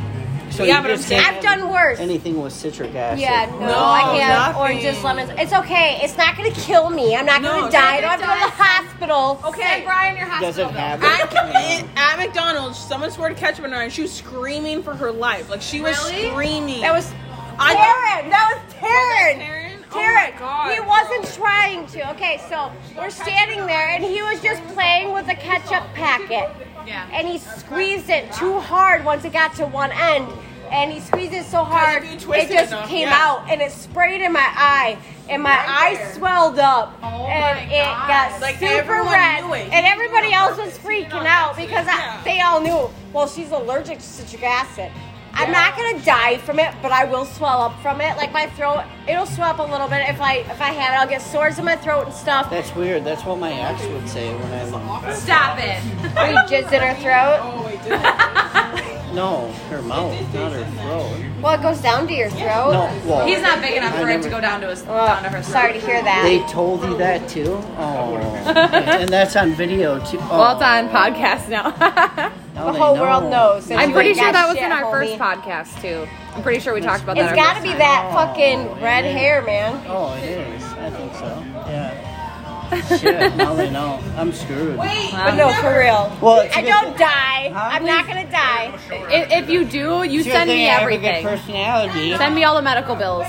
Speaker 3: so
Speaker 6: Yeah,
Speaker 3: you just
Speaker 6: but I'm
Speaker 3: can't
Speaker 6: saying-
Speaker 2: I've
Speaker 3: have
Speaker 2: done worse.
Speaker 3: anything with citric acid.
Speaker 2: yeah, no,
Speaker 6: No,
Speaker 2: I can't.
Speaker 6: nothing.
Speaker 2: Or just lemons. It's okay. It's not gonna kill me. I'm not
Speaker 6: No,
Speaker 2: gonna
Speaker 6: it's
Speaker 2: die. I
Speaker 1: not
Speaker 2: don't have to go to the hospital.
Speaker 6: Okay.
Speaker 1: Brian, your
Speaker 3: Doesn't have
Speaker 6: At,
Speaker 3: it.
Speaker 6: at McDonald's, someone squirted ketchup in her eye and she was screaming for her life. Like she was
Speaker 1: Really?
Speaker 6: screaming.
Speaker 2: That was
Speaker 6: I
Speaker 2: Taryn. That was Taryn.
Speaker 6: Taryn? Oh
Speaker 2: Taryn.
Speaker 6: my God.
Speaker 2: He wasn't trying to. Okay, so we're standing there, and he was just playing with a ketchup packet.
Speaker 1: Yeah.
Speaker 2: And he squeezed it too hard once it got to one end. And he squeezed it so hard,
Speaker 6: if you twist
Speaker 2: it
Speaker 6: it
Speaker 2: just
Speaker 6: enough,
Speaker 2: came
Speaker 6: yeah.
Speaker 2: out and it sprayed in my eye. And my eye swelled up.
Speaker 1: Oh
Speaker 2: and
Speaker 1: my
Speaker 2: it
Speaker 1: God.
Speaker 2: got
Speaker 6: Like,
Speaker 2: super
Speaker 6: everyone
Speaker 2: red.
Speaker 6: knew it.
Speaker 2: And everybody else was freaking out because I,
Speaker 6: Yeah.
Speaker 2: they all knew, well, she's allergic to citric acid. I'm not gonna die from it, but I will swell up from it. Like my throat, it'll swell up a little bit if I if I had it. I'll get sores in my throat and stuff.
Speaker 3: That's weird. That's what my ex would say when I
Speaker 1: Stop it.
Speaker 2: Are you jizz in her throat?
Speaker 6: Oh, wait, did it?
Speaker 3: no her mouth, not her throat.
Speaker 2: Well, it goes down to your throat.
Speaker 3: No, well,
Speaker 1: He's not big enough
Speaker 3: I
Speaker 1: for it to
Speaker 3: never-
Speaker 1: go down to his down to her.
Speaker 2: Ugh, sorry to hear that.
Speaker 3: They told you that too. Oh, and that's on video too. Oh.
Speaker 1: Well, it's on podcast now.
Speaker 3: Now
Speaker 2: the
Speaker 3: they
Speaker 2: whole
Speaker 3: know.
Speaker 2: world knows.
Speaker 1: I'm pretty sure that was
Speaker 2: shit,
Speaker 1: in our
Speaker 2: homie.
Speaker 1: first podcast too. I'm pretty sure we talked about
Speaker 2: It's
Speaker 1: that.
Speaker 2: got to be that fucking red hair, man.
Speaker 3: Oh, it is. I think so. Yeah. Shit, now they know. I'm screwed.
Speaker 6: Wait,
Speaker 1: Wow.
Speaker 2: But no, for real.
Speaker 3: Well, it's a
Speaker 2: I
Speaker 3: good
Speaker 2: don't
Speaker 3: thing-
Speaker 2: die.
Speaker 3: Huh?
Speaker 2: I'm not gonna die.
Speaker 1: If, if you do, you
Speaker 3: It's a good
Speaker 1: send
Speaker 3: thing
Speaker 1: me
Speaker 3: I have a good
Speaker 1: everything.
Speaker 3: personality.
Speaker 1: Send me all the medical bills.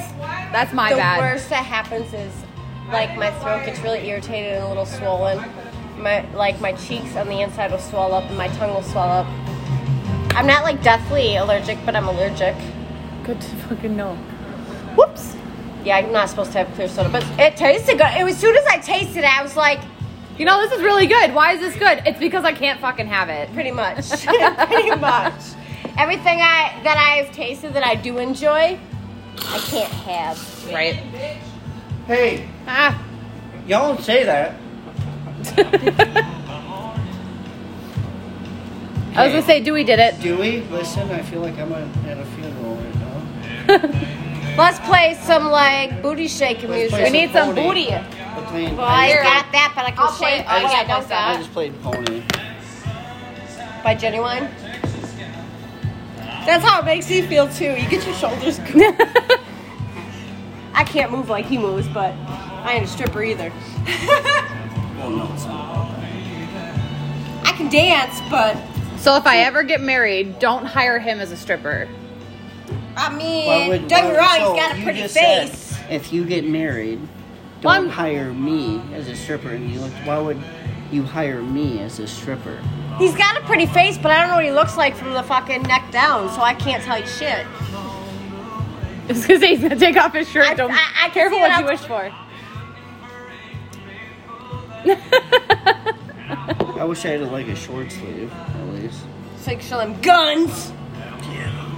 Speaker 1: That's my
Speaker 2: The
Speaker 1: bad.
Speaker 2: worst that happens is like my throat gets really irritated and a little swollen. My like my cheeks on the inside will swell up and my tongue will swell up. I'm not like deathly allergic, but I'm allergic.
Speaker 1: Good to fucking know.
Speaker 2: Whoops. Yeah, I'm not supposed to have clear soda, but it tasted good. It was as soon as I tasted it, I was like,
Speaker 1: You know, this is really good. Why is this good? It's because I can't fucking have it.
Speaker 2: pretty much, pretty much. Everything I that I've tasted that I do enjoy, I can't have.
Speaker 1: Right.
Speaker 3: Hey,
Speaker 1: Ah.
Speaker 3: y'all don't say that.
Speaker 1: I was gonna say Dewey did it.
Speaker 3: Dewey, listen, I feel like I'm at a funeral right now.
Speaker 2: Let's play some like booty shaking music.
Speaker 3: Let's play
Speaker 1: We need some
Speaker 3: pony.
Speaker 1: booty.
Speaker 3: We're playing-
Speaker 2: Well, I
Speaker 1: Here.
Speaker 2: got that, but I can
Speaker 1: I'll play
Speaker 2: shake.
Speaker 1: it.
Speaker 2: Oh,
Speaker 1: I'll
Speaker 2: yeah, I
Speaker 1: shake
Speaker 2: don't
Speaker 3: I
Speaker 1: myself.
Speaker 2: got
Speaker 3: just played pony.
Speaker 2: by Genuine.
Speaker 6: that's how it makes me feel too. You get your shoulders.
Speaker 2: I can't move like he moves, but I ain't a stripper either.
Speaker 3: Well, no, it's not.
Speaker 2: I can dance, but
Speaker 1: So if I ever get married, don't hire him as a stripper.
Speaker 2: I
Speaker 3: Why
Speaker 2: mean,
Speaker 3: would-
Speaker 2: don't get me
Speaker 3: why-
Speaker 2: wrong,
Speaker 3: so
Speaker 2: he's got a
Speaker 3: you
Speaker 2: pretty
Speaker 3: just said
Speaker 2: face.
Speaker 3: if you get married,
Speaker 1: Well,
Speaker 3: don't
Speaker 1: I'm-
Speaker 3: hire me as a stripper. And you look, why would you hire me as a stripper?
Speaker 2: He's got a pretty face, but I don't know what he looks like from the fucking neck down, so I can't tell you shit.
Speaker 1: It's because he's gonna take off his shirt.
Speaker 2: I-
Speaker 1: don't
Speaker 2: I- I can
Speaker 1: careful
Speaker 2: see
Speaker 1: what
Speaker 2: what
Speaker 1: you
Speaker 2: I'm-
Speaker 1: wish for.
Speaker 3: I wish I had like a short sleeve at least.
Speaker 2: It's like showing him guns.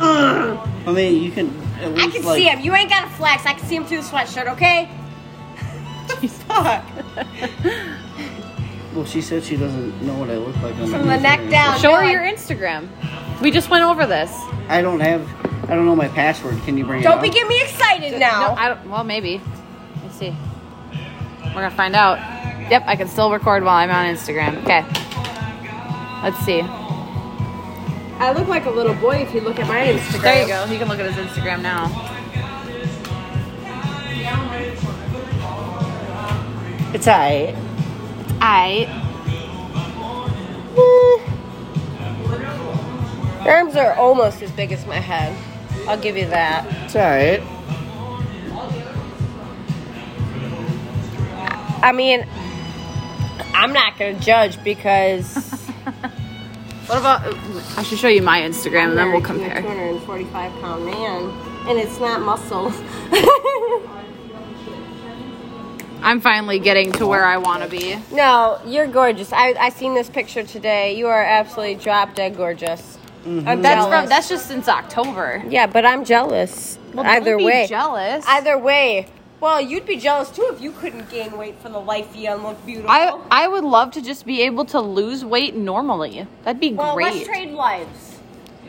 Speaker 3: I mean, you can at least
Speaker 2: I can
Speaker 3: like
Speaker 2: see him. You ain't got a flex. I can see him through the sweatshirt, okay? Fuck.
Speaker 3: Well, she said she doesn't know what I look like on
Speaker 2: From the neck down.
Speaker 1: Show her
Speaker 2: God.
Speaker 1: your Instagram. We just went over this.
Speaker 3: I don't have. I don't know my password. Can you bring it?
Speaker 2: Don't
Speaker 3: up?
Speaker 2: be getting me excited now.
Speaker 1: No, I don't. Well, maybe. Let's see. We're gonna find out. Yep, I can still record while I'm on Instagram. Okay. Let's see.
Speaker 6: I look like a little boy if you look at my Instagram.
Speaker 1: There you go. You can look at his Instagram now.
Speaker 3: It's alright.
Speaker 1: I.
Speaker 2: Your arms are almost as big as my head. I'll give you that.
Speaker 3: It's alright.
Speaker 2: I mean, I'm not gonna judge because
Speaker 1: What about? I should show you my Instagram and then we'll
Speaker 2: A
Speaker 1: compare.
Speaker 2: 245 pound man, and it's not muscles.
Speaker 1: I'm finally getting to where I want to be.
Speaker 2: no, you're gorgeous. I I seen this picture today. You are absolutely drop dead gorgeous. I'm
Speaker 1: Mm-hmm. That's
Speaker 2: jealous.
Speaker 1: from. That's just since October.
Speaker 2: yeah, but I'm jealous.
Speaker 1: Well, don't
Speaker 2: Either
Speaker 1: be
Speaker 2: way,
Speaker 1: jealous.
Speaker 2: either way. Well, you'd be jealous too if you couldn't gain weight for the life you and look beautiful.
Speaker 1: I I would love to just be able to lose weight normally. That'd be
Speaker 2: well, let's
Speaker 1: great.
Speaker 2: trade lives.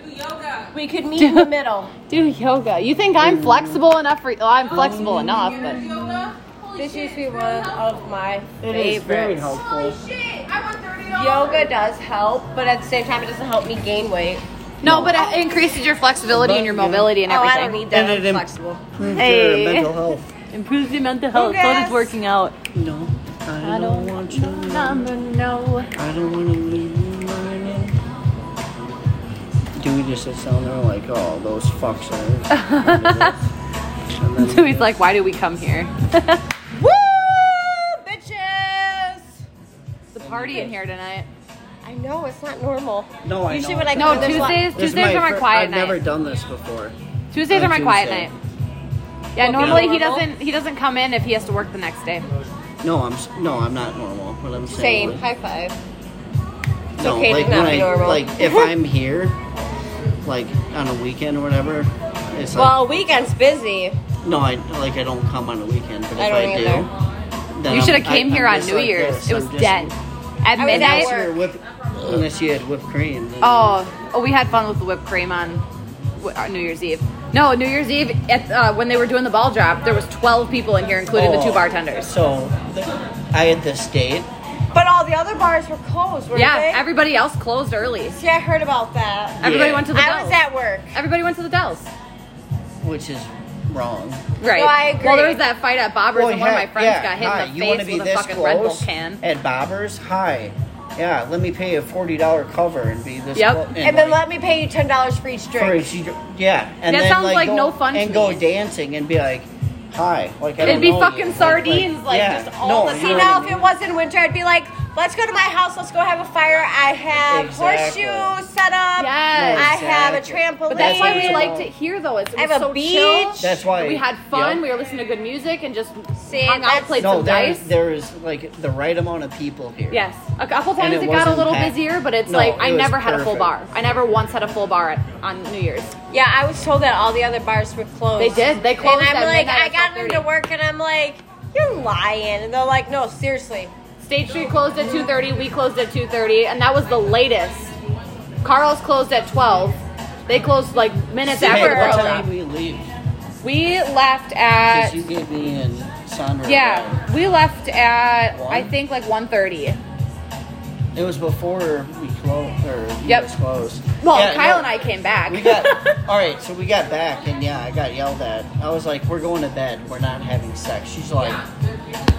Speaker 2: Do yoga. We could meet in the middle.
Speaker 1: Do yoga. You think I'm flexible enough for? Well, I'm flexible enough, but
Speaker 2: This used to be one of my
Speaker 3: It
Speaker 2: favorites. Oh,
Speaker 3: is very helpful.
Speaker 2: Yoga does help, but at the same time, it doesn't help me gain weight.
Speaker 1: no, but it increases your flexibility and your mobility and
Speaker 2: oh,
Speaker 1: everything.
Speaker 2: I don't need that.
Speaker 3: And it
Speaker 2: I'm
Speaker 3: im-
Speaker 2: flexible.
Speaker 3: Improves
Speaker 1: Hey.
Speaker 3: your mental health.
Speaker 1: Improves your mental health.
Speaker 2: so does working
Speaker 1: out.
Speaker 3: No, I,
Speaker 1: I
Speaker 3: don't
Speaker 1: don't
Speaker 3: want you.
Speaker 1: No.
Speaker 3: I don't want to leave you mine. Dewey just sits down there like, oh, those fucks are. And then-
Speaker 1: So he's like, why do we come here?
Speaker 2: Woo, Oh, bitches!
Speaker 1: The party in here tonight.
Speaker 2: I know it's not normal.
Speaker 3: No, I
Speaker 2: Usually
Speaker 3: know
Speaker 2: when I
Speaker 3: it's
Speaker 1: No,
Speaker 2: go to this one-
Speaker 1: Tuesdays.
Speaker 3: This is my
Speaker 1: Tuesdays are my
Speaker 3: fir-
Speaker 1: quiet
Speaker 3: I've
Speaker 1: night.
Speaker 3: never done this before.
Speaker 1: Tuesdays
Speaker 3: Oh,
Speaker 1: are my quiet
Speaker 3: Tuesday.
Speaker 1: night. Yeah, normally he
Speaker 2: normal.
Speaker 1: doesn't. He doesn't come in if he has to work the next day.
Speaker 3: No, I'm s- no, I'm not normal. What I'm saying.
Speaker 2: Same.
Speaker 3: like-
Speaker 2: High five.
Speaker 3: It's
Speaker 2: okay to
Speaker 3: like
Speaker 2: not
Speaker 3: when
Speaker 2: be
Speaker 3: I,
Speaker 2: normal.
Speaker 3: Like if I'm here, like on a weekend or whatever, it's like
Speaker 2: Well, weekend's busy.
Speaker 3: no, I like I don't come on a weekend, but if
Speaker 2: I
Speaker 3: I,
Speaker 2: don't
Speaker 3: do, then
Speaker 1: you should have
Speaker 3: I'm- I-
Speaker 1: came here
Speaker 3: I'm
Speaker 1: on
Speaker 3: just
Speaker 1: New
Speaker 3: like
Speaker 1: Year's.
Speaker 3: this.
Speaker 1: It
Speaker 3: I'm
Speaker 1: was
Speaker 3: just-
Speaker 1: dead at
Speaker 2: was at
Speaker 1: midnight.
Speaker 3: Unless you, were whip, unless you had whipped cream. then-
Speaker 1: Oh, oh, we had fun with the whipped cream on w- uh, New Year's Eve. No, New Year's Eve at, uh, when they were doing the ball drop, there was 12 people in here, including the two
Speaker 3: Oh.
Speaker 1: bartenders.
Speaker 3: So I had this date.
Speaker 2: But all the other bars were closed, were
Speaker 1: Yeah,
Speaker 2: they?
Speaker 1: everybody else closed early.
Speaker 2: See, I heard about that.
Speaker 1: Everybody
Speaker 3: Yeah.
Speaker 1: went to the
Speaker 2: I
Speaker 1: Dells.
Speaker 2: was at work.
Speaker 1: everybody went to the Dells.
Speaker 3: which is wrong.
Speaker 1: Right.
Speaker 2: No, I agree.
Speaker 1: Well, there was that fight at Bobbers,
Speaker 3: Well,
Speaker 1: and one of my
Speaker 3: heck,
Speaker 1: friends
Speaker 3: yeah,
Speaker 1: got hit
Speaker 3: hi,
Speaker 1: in
Speaker 3: you
Speaker 1: the
Speaker 3: wanna
Speaker 1: face
Speaker 3: be
Speaker 1: with a
Speaker 3: this
Speaker 1: fucking Red Bull
Speaker 3: close
Speaker 1: can.
Speaker 3: At Bobbers? Hi. Yeah, let me pay a $40 cover and be this
Speaker 1: Yep.
Speaker 3: clo-
Speaker 2: And then
Speaker 3: like,
Speaker 2: let me pay you ten dollars for each drink.
Speaker 3: for each- yeah, and
Speaker 1: That
Speaker 3: then,
Speaker 1: sounds like
Speaker 3: go-
Speaker 1: no fun to
Speaker 3: And go
Speaker 1: me.
Speaker 3: dancing and be like, hi, like I
Speaker 1: It'd
Speaker 3: don't
Speaker 1: be
Speaker 3: know
Speaker 1: fucking
Speaker 3: you. Like,
Speaker 1: sardines, like,
Speaker 3: yeah,
Speaker 1: just all
Speaker 3: no,
Speaker 1: the
Speaker 3: you
Speaker 2: See
Speaker 3: know
Speaker 1: time.
Speaker 3: what I
Speaker 2: now, if
Speaker 3: mean?
Speaker 2: it wasn't winter, I'd be like, "Let's go to my house. Let's go have a fire. I have
Speaker 3: Exactly.
Speaker 2: horseshoes set up.
Speaker 1: Yes.
Speaker 2: I have a
Speaker 3: Exactly.
Speaker 2: trampoline.
Speaker 1: But that's why we
Speaker 3: Lame.
Speaker 1: liked it here, though. It's, it
Speaker 2: I
Speaker 1: was
Speaker 2: have a
Speaker 1: so
Speaker 2: beach.
Speaker 1: chill.
Speaker 3: That's why-
Speaker 1: we had fun.
Speaker 3: yep.
Speaker 1: We were listening to good music and just
Speaker 2: See,
Speaker 1: hung out,
Speaker 2: that's-
Speaker 1: played
Speaker 3: no,
Speaker 1: some
Speaker 3: there-
Speaker 1: dice.
Speaker 3: there is like the right amount of people here.
Speaker 1: Yes, a couple
Speaker 3: And
Speaker 1: times
Speaker 3: it
Speaker 1: it, got a
Speaker 3: wasn't
Speaker 1: little
Speaker 3: packed.
Speaker 1: busier, but it's
Speaker 3: No,
Speaker 1: like
Speaker 3: it
Speaker 1: I
Speaker 3: was
Speaker 1: never had a full
Speaker 3: perfect.
Speaker 1: bar. I never once had a full bar at, on New Year's.
Speaker 2: Yeah, I was told that all the other bars were closed.
Speaker 1: They did. They closed
Speaker 2: And I'm
Speaker 1: at
Speaker 2: like,
Speaker 1: midnight
Speaker 2: I
Speaker 1: at
Speaker 2: got
Speaker 1: 12:30.
Speaker 2: into work, and I'm like, "You're lying," and they're like, "No, seriously."
Speaker 1: State Street closed at 2:30. We closed at 2:30, and that was the latest. Carl's closed at 12. They closed like minutes
Speaker 3: Hey,
Speaker 1: after
Speaker 3: what
Speaker 1: Carl
Speaker 3: time
Speaker 1: left.
Speaker 3: we leave?
Speaker 1: We left
Speaker 3: 'Cause
Speaker 1: at
Speaker 3: you gave me and Sandra.
Speaker 1: yeah. We left at I
Speaker 3: One?
Speaker 1: think like 1:30.
Speaker 3: It was before we closed, or you
Speaker 1: Yep.
Speaker 3: guys closed.
Speaker 1: Well,
Speaker 3: Yeah,
Speaker 1: Kyle
Speaker 3: no,
Speaker 1: and I came back.
Speaker 3: We got all right. So we got back, and yeah, I got yelled at. I was like, "We're going to bed. We're not having sex." She's like,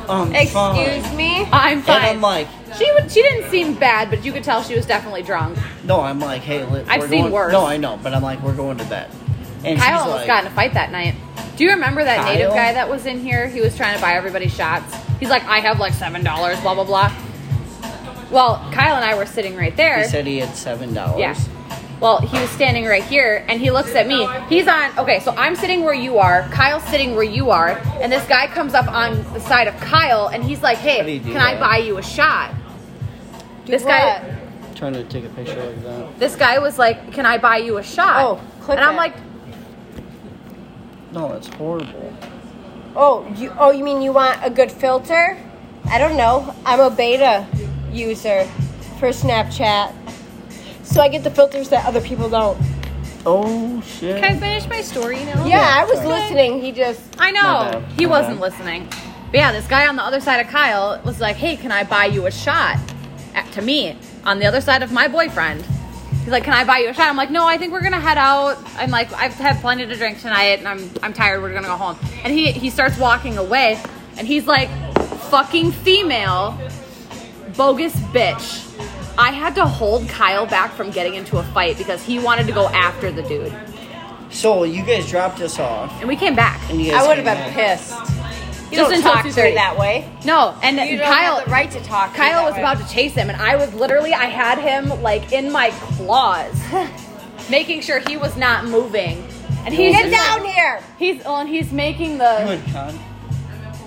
Speaker 3: "Um,
Speaker 2: Excuse
Speaker 3: fine."
Speaker 2: me.
Speaker 1: I'm
Speaker 3: And
Speaker 1: fine.
Speaker 3: I'm like,
Speaker 1: she would. She didn't seem bad, but you could tell she was definitely drunk.
Speaker 3: "No, I'm like, hey, li-
Speaker 1: I've
Speaker 3: we're
Speaker 1: seen
Speaker 3: going-
Speaker 1: worse.
Speaker 3: No, I know, but I'm like, we're going to bed." And
Speaker 1: Kyle
Speaker 3: she's like,
Speaker 1: almost got in a fight that night. Do you remember that native
Speaker 3: Kyle?
Speaker 1: guy that was in here? He was trying to buy everybody shots. He's like, I have like seven dollars, blah blah blah. Well, Kyle and I were sitting right there.
Speaker 3: He said he had seven dollars.
Speaker 1: yeah. Well, he was standing right here, and he looks at me. He's on. Okay, so I'm sitting where you are. Kyle's sitting where you are, and this guy comes up on the side of Kyle, and he's like,
Speaker 3: How do
Speaker 1: Hey,
Speaker 3: you do
Speaker 1: can I
Speaker 3: that?
Speaker 1: buy you a shot? this guy,
Speaker 3: Trying to take a picture of that.
Speaker 1: this guy was like, Can I buy you a shot?
Speaker 2: Oh, click
Speaker 1: and I'm
Speaker 2: that.
Speaker 1: like,
Speaker 3: No, it's horrible.
Speaker 2: Oh, you. Oh, you mean you want a good filter? I don't know. I'm a beta user for Snapchat, so I get the filters that other people don't.
Speaker 3: Oh shit.
Speaker 5: Can I finish my story now?
Speaker 2: Yeah, I was
Speaker 3: sorry.
Speaker 2: listening. He just.
Speaker 1: I
Speaker 3: My
Speaker 1: know.
Speaker 3: bad.
Speaker 1: He
Speaker 3: My
Speaker 1: wasn't
Speaker 3: bad.
Speaker 1: listening. But yeah, this guy on the other side of Kyle was like, hey, can I buy you a shot? At- to me, on the other side of my boyfriend. He's like, can I buy you a shot? I'm like, no, I think we're gonna head out. I'm like, I've had plenty to drink tonight, and I'm I'm tired. We're gonna go home. And he he starts walking away, and he's like, fucking female, bogus bitch. I had to hold Kyle back from getting into a fight because he wanted to go after the dude,
Speaker 3: So you guys dropped us off,
Speaker 1: and we came back.
Speaker 3: and you guys
Speaker 2: I would have
Speaker 3: came
Speaker 2: been
Speaker 3: back.
Speaker 2: pissed. You
Speaker 1: Just
Speaker 2: don't
Speaker 1: until
Speaker 2: talk to her
Speaker 1: 2:30.
Speaker 2: that way.
Speaker 1: No, and
Speaker 2: You don't
Speaker 1: Kyle
Speaker 2: have the right to talk. to
Speaker 1: Kyle
Speaker 2: her
Speaker 1: was
Speaker 2: that way.
Speaker 1: about to chase him, and I was literally, I had him like in my claws, making sure he was not moving. And he's
Speaker 2: Get
Speaker 1: just-
Speaker 2: down here.
Speaker 1: He's well, and he's making
Speaker 3: You
Speaker 1: the
Speaker 3: would con-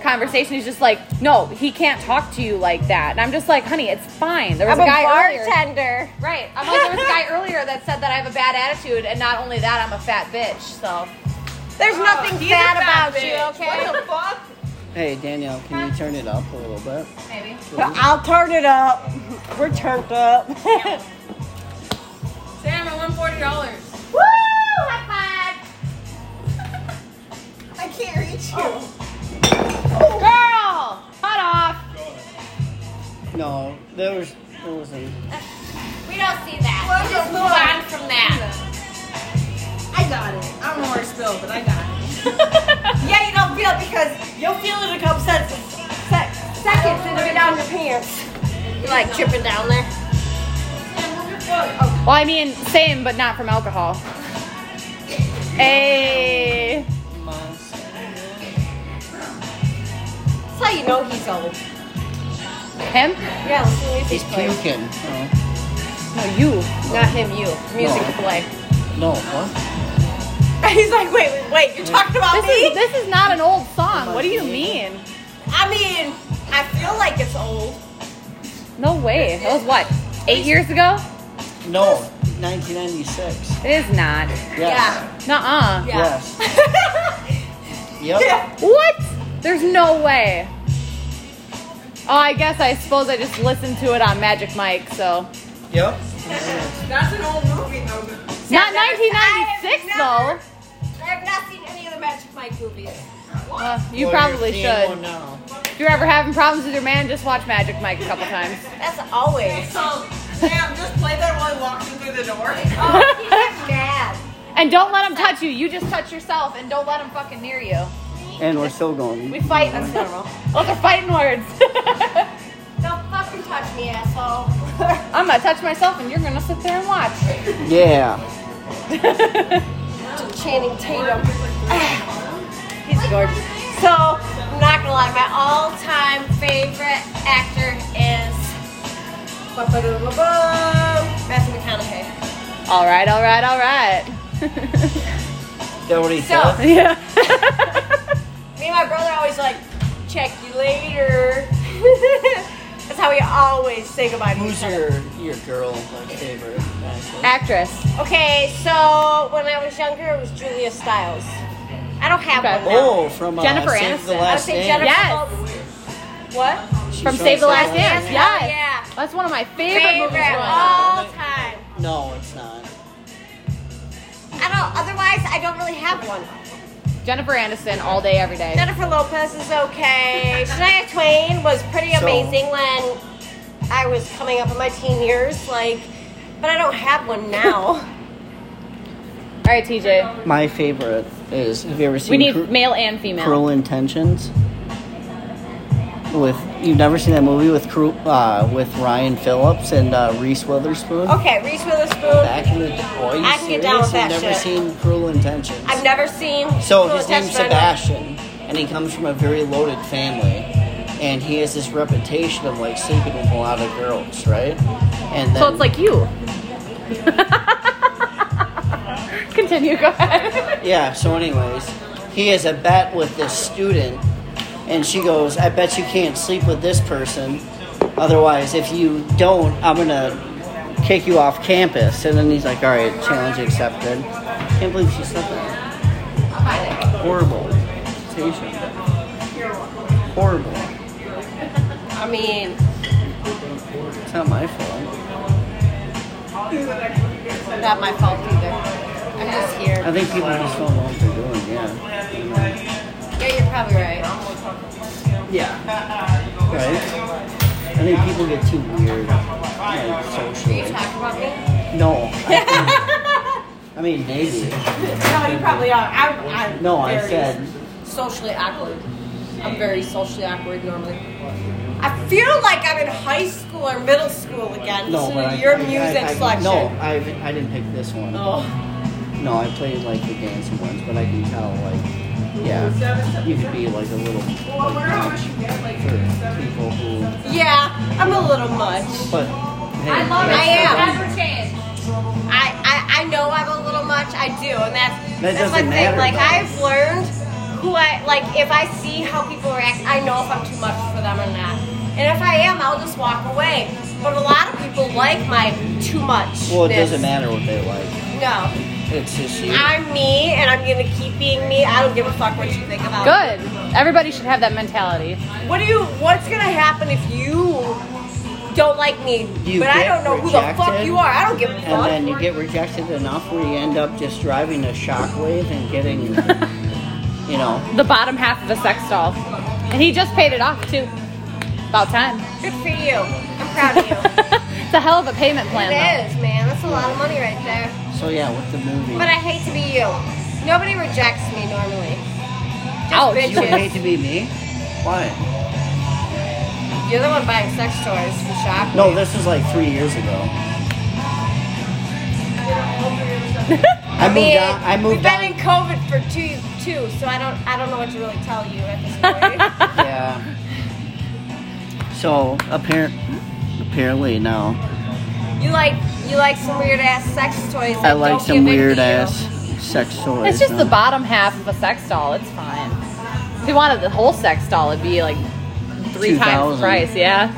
Speaker 1: conversation. He's just like, no, he can't talk to you like that. And I'm just like, honey, it's fine. There was
Speaker 2: I'm a
Speaker 1: a guy earlier,
Speaker 2: bartender.
Speaker 1: right? I'm like, there was a guy earlier that said that I have a bad attitude, and not only that, I'm a fat bitch. So
Speaker 2: There's nothing
Speaker 6: he's a
Speaker 2: bad
Speaker 6: fat
Speaker 2: about you,
Speaker 6: bitch.
Speaker 2: okay?
Speaker 6: What the fuck?
Speaker 3: Hey Danielle, can you turn it up a little bit?
Speaker 1: maybe.
Speaker 2: I'll turn it up. We're turned up. Woo!
Speaker 6: Sam, I won forty dollars.
Speaker 2: High five. I can't reach you. Girl, cut off.
Speaker 3: No, there was there wasn't.
Speaker 2: We don't see that. Well, just move on from that.
Speaker 5: I got it. I don't know where it's spilled, but I got it.
Speaker 2: Yeah, you don't feel it because you'll feel it in a couple seconds. Sec- seconds and you're down your pants. You're like tripping down there.
Speaker 1: Well, I mean, same, but not from alcohol. Hey.
Speaker 2: That's how you know he's old.
Speaker 1: Him?
Speaker 2: Yeah, listen to music
Speaker 3: He's
Speaker 2: play.
Speaker 3: puking. Oh,
Speaker 1: No, you.
Speaker 2: Not him, you. Music
Speaker 3: No.
Speaker 2: play.
Speaker 3: no, what?
Speaker 2: He's like, wait, wait, wait, you're talking about
Speaker 1: This
Speaker 2: me?
Speaker 1: is this is not an old song. What do you mean?
Speaker 2: I mean, I feel like it's old.
Speaker 1: No way. That was what? Eight years ago?
Speaker 3: No, 1996.
Speaker 1: It is not.
Speaker 3: Yes.
Speaker 1: Nuh-uh.
Speaker 2: Yeah.
Speaker 3: Yes.
Speaker 2: Yeah.
Speaker 3: Yep.
Speaker 1: What? There's no way. Oh, I guess I suppose I just listened to it on Magic Mike, so
Speaker 3: Yep.
Speaker 6: That's an old movie though.
Speaker 1: not
Speaker 2: never-
Speaker 1: 1996
Speaker 2: I've never-
Speaker 1: though.
Speaker 2: I've not seen any of the Magic Mike movies.
Speaker 1: Uh, you
Speaker 3: Well,
Speaker 1: probably
Speaker 3: you're seeing
Speaker 1: should.
Speaker 3: one now.
Speaker 1: If you're ever having problems with your man, just watch Magic Mike a couple times.
Speaker 2: That's always.
Speaker 6: So Sam, just play that while he walks in through the door.
Speaker 2: Oh, he's mad.
Speaker 1: And don't let them touch you. You just touch yourself and don't let them fucking near you.
Speaker 3: And we're still going.
Speaker 1: We fight. That's normal. Those are fighting words.
Speaker 2: Don't fucking touch me, asshole.
Speaker 1: I'm gonna touch myself and you're gonna sit there and watch.
Speaker 3: Yeah.
Speaker 2: Channing Tatum. He's gorgeous. So, I'm not gonna lie, my all time favorite actor is. ba-ba-doo-ba-bum, Matthew McConaughey.
Speaker 1: All right, all right, all right.
Speaker 3: Is that what he
Speaker 2: So,
Speaker 3: said?
Speaker 1: yeah.
Speaker 2: Me and my brother always like, check you later. That's how we always say goodbye to
Speaker 3: Who's
Speaker 2: each other.
Speaker 3: your, your girl like, favorite? actress?
Speaker 1: Actress.
Speaker 2: Okay, so when I was younger, it was Julia Stiles. I don't have
Speaker 1: Okay.
Speaker 2: one. now.
Speaker 3: Oh, from uh,
Speaker 1: Jennifer
Speaker 3: Save the
Speaker 1: Aniston.
Speaker 2: I
Speaker 1: I
Speaker 2: would
Speaker 3: Last
Speaker 2: say
Speaker 3: Dance.
Speaker 2: Jennifer.
Speaker 1: Yes.
Speaker 2: Walters. What?
Speaker 3: She's
Speaker 1: From
Speaker 3: from
Speaker 1: Save the Last
Speaker 2: Dance.
Speaker 1: Dance. Yes.
Speaker 2: Yeah.
Speaker 1: That's one of my favorite, Oh. movies.
Speaker 2: Favorite
Speaker 1: growing up.
Speaker 2: all time.
Speaker 3: No, it's not.
Speaker 2: I don't. Otherwise, I don't really have one.
Speaker 1: Jennifer Aniston all day, every day.
Speaker 2: Jennifer Lopez is okay. Shania Twain was pretty
Speaker 3: So-
Speaker 2: amazing when I was coming up in my teen years. Like, but I don't have one now.
Speaker 1: All right, TJ.
Speaker 3: My favorite is have you ever seen
Speaker 1: We
Speaker 3: Cru-
Speaker 1: need male and female.
Speaker 3: Cruel Intentions? With you've never seen that movie with Cru- uh, with Ryan Phillips and uh, Reese Witherspoon?
Speaker 2: Okay, Reese Witherspoon.
Speaker 3: Back in the day, oh, are you
Speaker 2: I can get down
Speaker 3: serious?
Speaker 2: with that
Speaker 3: You've never
Speaker 2: shit.
Speaker 3: seen Cruel Intentions.
Speaker 2: I've never seen.
Speaker 3: So
Speaker 2: Cruel
Speaker 3: his name's
Speaker 2: Intentions, but I know-
Speaker 3: Sebastian, and he comes from a very loaded family, and he has this reputation of like sleeping with a lot of girls, right? And then,
Speaker 1: So it's like you. Continue. Go ahead.
Speaker 3: yeah. So anyways, he has a bet with this student, and she goes, "I bet you can't sleep with this person, otherwise if you don't, I'm gonna kick you off campus." And then he's like, "All right, challenge accepted." Can't believe she said that. Horrible. Temptation. Horrible.
Speaker 2: I mean,
Speaker 3: It's not my fault.
Speaker 2: not my fault either. I'm just here.
Speaker 3: I think people just don't know what they're doing, yeah.
Speaker 2: Yeah, you're probably right.
Speaker 3: Yeah. Right? I think people get too weird, like,
Speaker 2: Are you
Speaker 3: socially.
Speaker 2: talking about me?
Speaker 3: No. I, think- I mean, maybe.
Speaker 2: No, you probably are. I, I'm
Speaker 3: No, I
Speaker 2: very
Speaker 3: said,
Speaker 2: socially awkward. I'm very socially awkward normally. I feel like I'm in high school or middle school again.
Speaker 3: no,
Speaker 2: listening
Speaker 3: but
Speaker 2: to
Speaker 3: I,
Speaker 2: your
Speaker 3: I- I-
Speaker 2: music
Speaker 3: I-
Speaker 2: selection.
Speaker 3: No, I, I didn't pick this one.
Speaker 2: Oh.
Speaker 3: No, I played like the dancing ones, but I can tell, like, yeah, you could be like a little. Like, for people who.
Speaker 2: Yeah, I'm a little much.
Speaker 3: But, hey, I
Speaker 2: I am. I, I, I know I'm a little much. I do, and that's
Speaker 3: That
Speaker 2: that's my thing.
Speaker 3: doesn't matter,
Speaker 2: Like
Speaker 3: though.
Speaker 2: I've learned who I like. If I see how people react, I know if I'm too much for them or not. And if I am, I'll just walk away. But a lot of people like my too much.
Speaker 3: Well, it doesn't matter what they like.
Speaker 2: No,
Speaker 3: It's just you.
Speaker 2: I'm me, and I'm gonna keep being me. I don't give a fuck what you think about. me.
Speaker 1: Good. Everybody should have that mentality.
Speaker 2: What do you? What's gonna happen if you don't like me?
Speaker 3: You
Speaker 2: but I
Speaker 3: get
Speaker 2: don't know who the fuck
Speaker 3: rejected,
Speaker 2: you are. I don't give a fuck.
Speaker 3: And then you get rejected enough where you end up just driving a shockwave and getting, you know,
Speaker 1: The bottom half of a sex doll. And he just paid it off too. About time.
Speaker 2: Good for you. I'm proud of you.
Speaker 1: it's a hell of a payment plan though.
Speaker 2: It is, man. That's a lot of money right there.
Speaker 3: so yeah, with the movie.
Speaker 2: But I hate to be you. Nobody rejects me normally. Just
Speaker 1: Ouch.
Speaker 3: you would hate
Speaker 2: bitches.
Speaker 3: to be me? Why?
Speaker 2: You're the one buying sex toys from shop.
Speaker 3: No, this was like three years ago. I
Speaker 2: I
Speaker 3: moved
Speaker 2: mean,
Speaker 3: on. I
Speaker 2: we've
Speaker 3: moved
Speaker 2: been
Speaker 3: on.
Speaker 2: in COVID for two, two, so I don't, I don't know what to really tell you at this point.
Speaker 3: yeah. So appar- apparently now
Speaker 2: you like, you like some weird ass sex toys.
Speaker 3: I
Speaker 2: that
Speaker 3: like
Speaker 2: Oh, don't
Speaker 3: some
Speaker 2: give in to
Speaker 3: weird
Speaker 2: you.
Speaker 3: ass sex toys.
Speaker 1: It's just
Speaker 3: huh?
Speaker 1: the bottom half of a sex doll. It's fine. If he wanted the whole sex doll, it'd be like three
Speaker 3: 2,000.
Speaker 1: times the price. Yeah.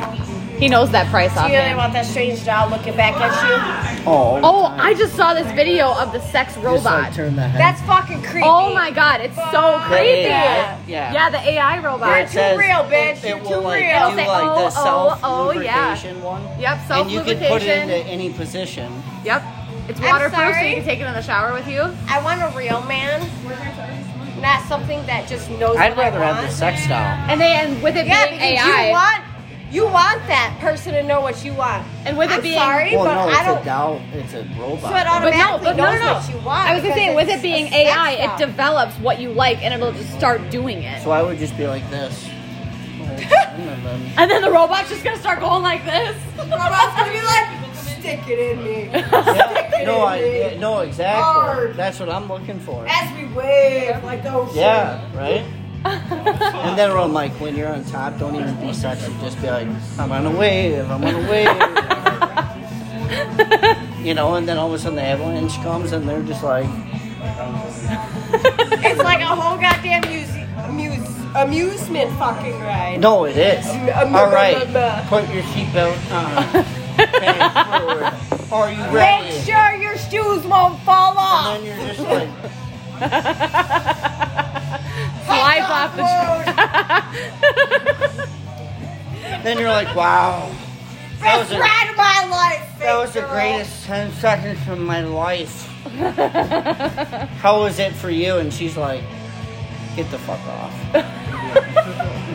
Speaker 1: He knows that price
Speaker 2: Do
Speaker 1: off.
Speaker 2: you really want that strange doll looking back at you?
Speaker 3: Oh,
Speaker 1: Oh, I just saw this video of the sex
Speaker 3: just
Speaker 1: robot.
Speaker 3: like, turn the head.
Speaker 2: That's fucking creepy.
Speaker 1: Oh my god, it's so
Speaker 2: Fuck
Speaker 1: creepy.
Speaker 3: yeah.
Speaker 1: Yeah,
Speaker 3: Yeah.
Speaker 1: the AI
Speaker 3: Where
Speaker 2: You're
Speaker 1: robot.
Speaker 3: it
Speaker 2: too
Speaker 3: says
Speaker 2: real, bitch.
Speaker 3: It,
Speaker 2: You're
Speaker 3: it
Speaker 2: too
Speaker 3: will like
Speaker 2: real.
Speaker 3: do
Speaker 1: Say,
Speaker 3: like
Speaker 1: oh,
Speaker 3: the
Speaker 1: oh,
Speaker 3: self
Speaker 1: oh, yeah.
Speaker 3: lubrication one.
Speaker 1: Yep,
Speaker 3: And you can put it
Speaker 1: self-lubrication.
Speaker 3: into any position.
Speaker 1: Yep. It's
Speaker 2: I'm
Speaker 1: waterproof, so
Speaker 2: sorry.
Speaker 1: you can take it in the shower with you.
Speaker 2: I want a real man, not something that just knows.
Speaker 3: I'd
Speaker 2: what
Speaker 3: rather
Speaker 2: I
Speaker 3: have
Speaker 2: want.
Speaker 3: the sex doll.
Speaker 1: And then with it
Speaker 2: Yeah,
Speaker 1: being
Speaker 2: because you
Speaker 1: AI,
Speaker 2: want You want that person to know what you want.
Speaker 1: And with it
Speaker 2: I'm
Speaker 1: being-
Speaker 2: sorry,
Speaker 3: Well,
Speaker 2: but
Speaker 3: no,
Speaker 2: I
Speaker 3: it's
Speaker 2: don't.
Speaker 3: a doll. It's a robot.
Speaker 2: So it
Speaker 1: But no,
Speaker 2: automatically
Speaker 1: but no,
Speaker 2: knows
Speaker 1: no,
Speaker 2: what you
Speaker 1: no.
Speaker 2: want.
Speaker 1: I was gonna
Speaker 2: because
Speaker 1: say, with
Speaker 2: it's
Speaker 1: it being
Speaker 2: a sex
Speaker 1: AI, it
Speaker 2: doll.
Speaker 1: develops what you like, and it'll just start doing it.
Speaker 3: so I would just be like this. And then-
Speaker 1: And then the robot's just gonna start going like this.
Speaker 5: Robot's gonna be like, stick it in me.
Speaker 3: Yeah, no, I, yeah, no, exactly.
Speaker 5: Hard.
Speaker 3: That's what I'm looking for.
Speaker 5: As we wave, like, oh
Speaker 3: Yeah, right? and then I'm like, when you're on top, don't even be sexy. Just be like, I'm on a wave, I'm on a wave. you know, and then all of a sudden the avalanche comes and they're just like,
Speaker 2: It's like a whole Oh, goddamn muse, amuse, amusement fucking ride.
Speaker 3: no, it is.
Speaker 2: um,
Speaker 3: All right,
Speaker 2: um, uh,
Speaker 3: put your seatbelt on. Head forward. Are you ready?
Speaker 2: Make sure your shoes won't fall off.
Speaker 3: And then you're just like,
Speaker 1: Slides off the.
Speaker 3: then you're like, wow. That was,
Speaker 5: Best
Speaker 3: a,
Speaker 5: ride of my life.
Speaker 3: that was the
Speaker 5: girl.
Speaker 3: greatest 10 seconds of my life. How was it for you? And she's like, get the fuck off.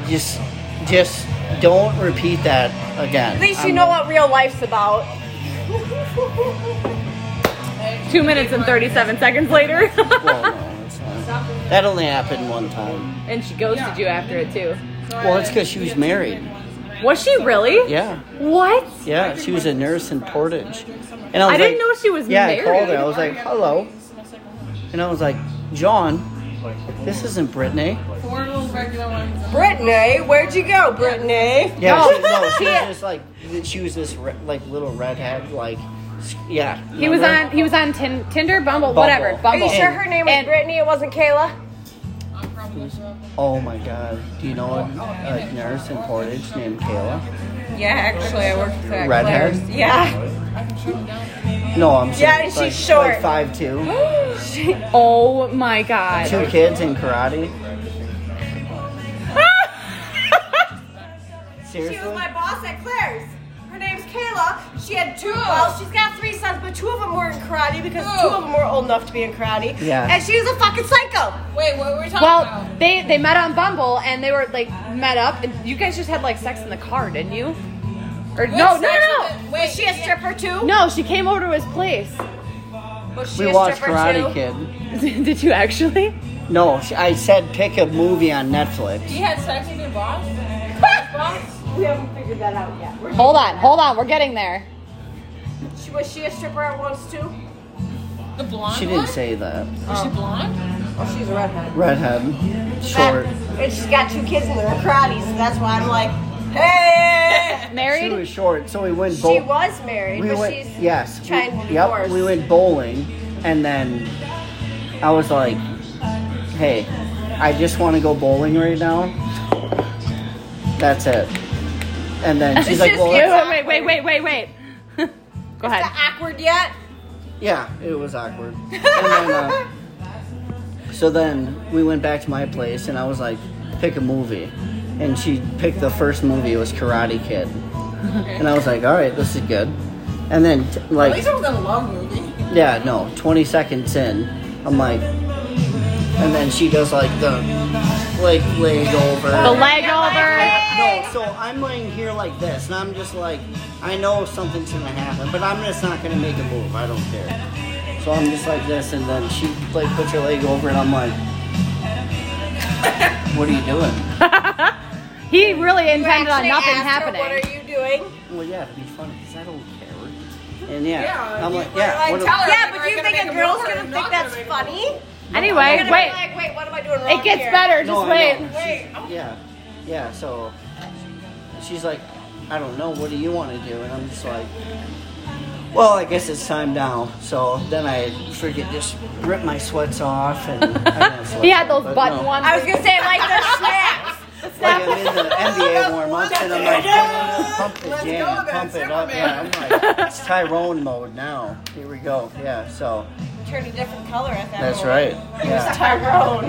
Speaker 3: just, just don't repeat that again.
Speaker 2: At least you know what real life's about.
Speaker 1: Two minutes and 37 seconds later.
Speaker 3: Well, no, it's not. That only happened one time.
Speaker 1: and she ghosted you after it, too.
Speaker 3: Well, it's because she was married.
Speaker 1: Was she really?
Speaker 3: Yeah,
Speaker 1: What?
Speaker 3: yeah. She was a nurse in Portage, and
Speaker 1: I
Speaker 3: was
Speaker 1: didn't
Speaker 3: like-
Speaker 1: know she was
Speaker 3: yeah, I called
Speaker 1: married.
Speaker 3: her. I was like, hello, and I was like, John, this isn't Brittany.
Speaker 6: Four little regular ones.
Speaker 2: Brittany, where'd you go, Brittany?
Speaker 3: Yeah,
Speaker 1: No.
Speaker 3: she, no, she was
Speaker 1: Yeah.
Speaker 3: just like she was this re- like little redhead, like s- yeah.
Speaker 1: He was
Speaker 3: remember?
Speaker 1: on. He was on tin, Tinder, Bumble,
Speaker 3: Bumble.
Speaker 1: whatever.
Speaker 3: Are
Speaker 2: Are
Speaker 1: Bumble.
Speaker 2: you sure her name was
Speaker 1: And-
Speaker 2: Brittany? It wasn't Kayla.
Speaker 3: Oh my god, do you know a, a nurse in Portage named Kayla?
Speaker 2: Yeah, actually, I worked for
Speaker 3: Red hair? Claire's.
Speaker 2: Yeah.
Speaker 3: No, I'm
Speaker 2: Yeah,
Speaker 3: saying
Speaker 2: and she's
Speaker 3: like,
Speaker 2: short.
Speaker 3: like five two,
Speaker 1: Oh my god.
Speaker 3: two kids in karate.
Speaker 5: She was
Speaker 3: Seriously,
Speaker 5: my boss at Claire's. Her name's Kayla. She had two. Well, she's got three sons, but two of them were in karate because
Speaker 2: Two of them were old enough to be in karate.
Speaker 3: Yeah.
Speaker 5: And she was a fucking psycho.
Speaker 6: Wait, what were we talking
Speaker 1: Well,
Speaker 6: about?
Speaker 1: they they met on Bumble and they were like met up and you guys just had like sex in the car, didn't you? Or no, no, no,
Speaker 6: Wait,
Speaker 2: Was she a stripper too?
Speaker 1: no. She came over to his place.
Speaker 2: Was she
Speaker 3: we
Speaker 2: a
Speaker 3: watched
Speaker 2: stripper too?
Speaker 3: Karate Kid.
Speaker 1: Did you actually?
Speaker 3: No, she, I said pick a movie on Netflix.
Speaker 6: You had sex with your boss?
Speaker 5: We haven't figured that out yet. We're-
Speaker 1: Hold on, hold on. We're getting there.
Speaker 5: She- Was she a stripper at once too?
Speaker 6: The blonde
Speaker 3: She
Speaker 6: one?
Speaker 3: didn't say that.
Speaker 6: Was she blonde?
Speaker 5: Oh, she's a redhead.
Speaker 3: Redhead, short.
Speaker 5: And she's got two kids in their karate, so that's why I'm like, hey.
Speaker 3: She
Speaker 1: Married?
Speaker 3: was short, so we went
Speaker 2: She
Speaker 3: bowling.
Speaker 2: was married,
Speaker 3: We
Speaker 2: but
Speaker 3: went,
Speaker 2: she's
Speaker 3: yes. we-
Speaker 2: trying to
Speaker 3: yep,
Speaker 2: divorce.
Speaker 3: we went bowling, and then I was like, "Hey, I just want to go bowling right now. That's it." And then she's like,
Speaker 2: just
Speaker 3: "Well,
Speaker 2: you.
Speaker 3: that's-
Speaker 1: Wait, wait, wait, wait, wait, wait. Go ahead.
Speaker 2: awkward yet.
Speaker 3: yeah, it was awkward." And then, uh, so then we went back to my place, and I was like, "Pick a movie," and she picked the first movie. It was Karate Kid, and I was like, "All right, this is good." And then t- like
Speaker 6: it was a love movie.
Speaker 3: Yeah, no. 20 seconds in, I'm like, and then she does like the like leg over.
Speaker 1: The leg over.
Speaker 3: no, so I'm laying here like this, and I'm just like, I know something's gonna happen, but I'm just not gonna make a move. I don't care. So I'm just like this, and then she like puts her leg over, and I'm like, what are you doing?
Speaker 1: He really intended on
Speaker 2: Actually
Speaker 1: nothing
Speaker 2: asked her, What
Speaker 1: happening.
Speaker 2: are you doing?
Speaker 3: Well, yeah, it'd be funny because I don't care. And yeah,
Speaker 6: Yeah,
Speaker 3: I'm like,
Speaker 6: you were
Speaker 3: yeah,
Speaker 6: like,
Speaker 3: what do-
Speaker 6: tell her,
Speaker 2: yeah,
Speaker 6: like,
Speaker 2: but
Speaker 6: are
Speaker 2: you
Speaker 6: you
Speaker 2: think
Speaker 6: gonna
Speaker 2: a
Speaker 6: make a
Speaker 2: girl's
Speaker 6: move or
Speaker 2: gonna
Speaker 6: not
Speaker 2: think
Speaker 6: gonna
Speaker 2: that's
Speaker 6: make a
Speaker 2: funny? You're
Speaker 1: Anyway,
Speaker 2: gonna be
Speaker 1: wait.
Speaker 2: like, wait, what am I doing wrong
Speaker 1: It gets
Speaker 2: here?
Speaker 1: better.
Speaker 3: No,
Speaker 1: Just
Speaker 3: I
Speaker 1: wait.
Speaker 3: know. Yeah, yeah. So she's like, I don't know. What do you want to do? And I'm just like, well, I guess it's time now. So then I freaking just ripped my sweats off, and I didn't have sweats
Speaker 1: He had
Speaker 3: on,
Speaker 1: those
Speaker 3: but
Speaker 1: button
Speaker 3: no.
Speaker 1: ones.
Speaker 2: I was gonna say like the snaps.
Speaker 3: Like I'm in the NBA warm up, and I'm like, pump the jam, pump it up. Yeah, I'm like, it's Tyrone mode now. Here we go. Yeah. So
Speaker 2: Turned a different color at that.
Speaker 3: that's
Speaker 2: moment.
Speaker 3: right. Yeah.
Speaker 2: Tyrone.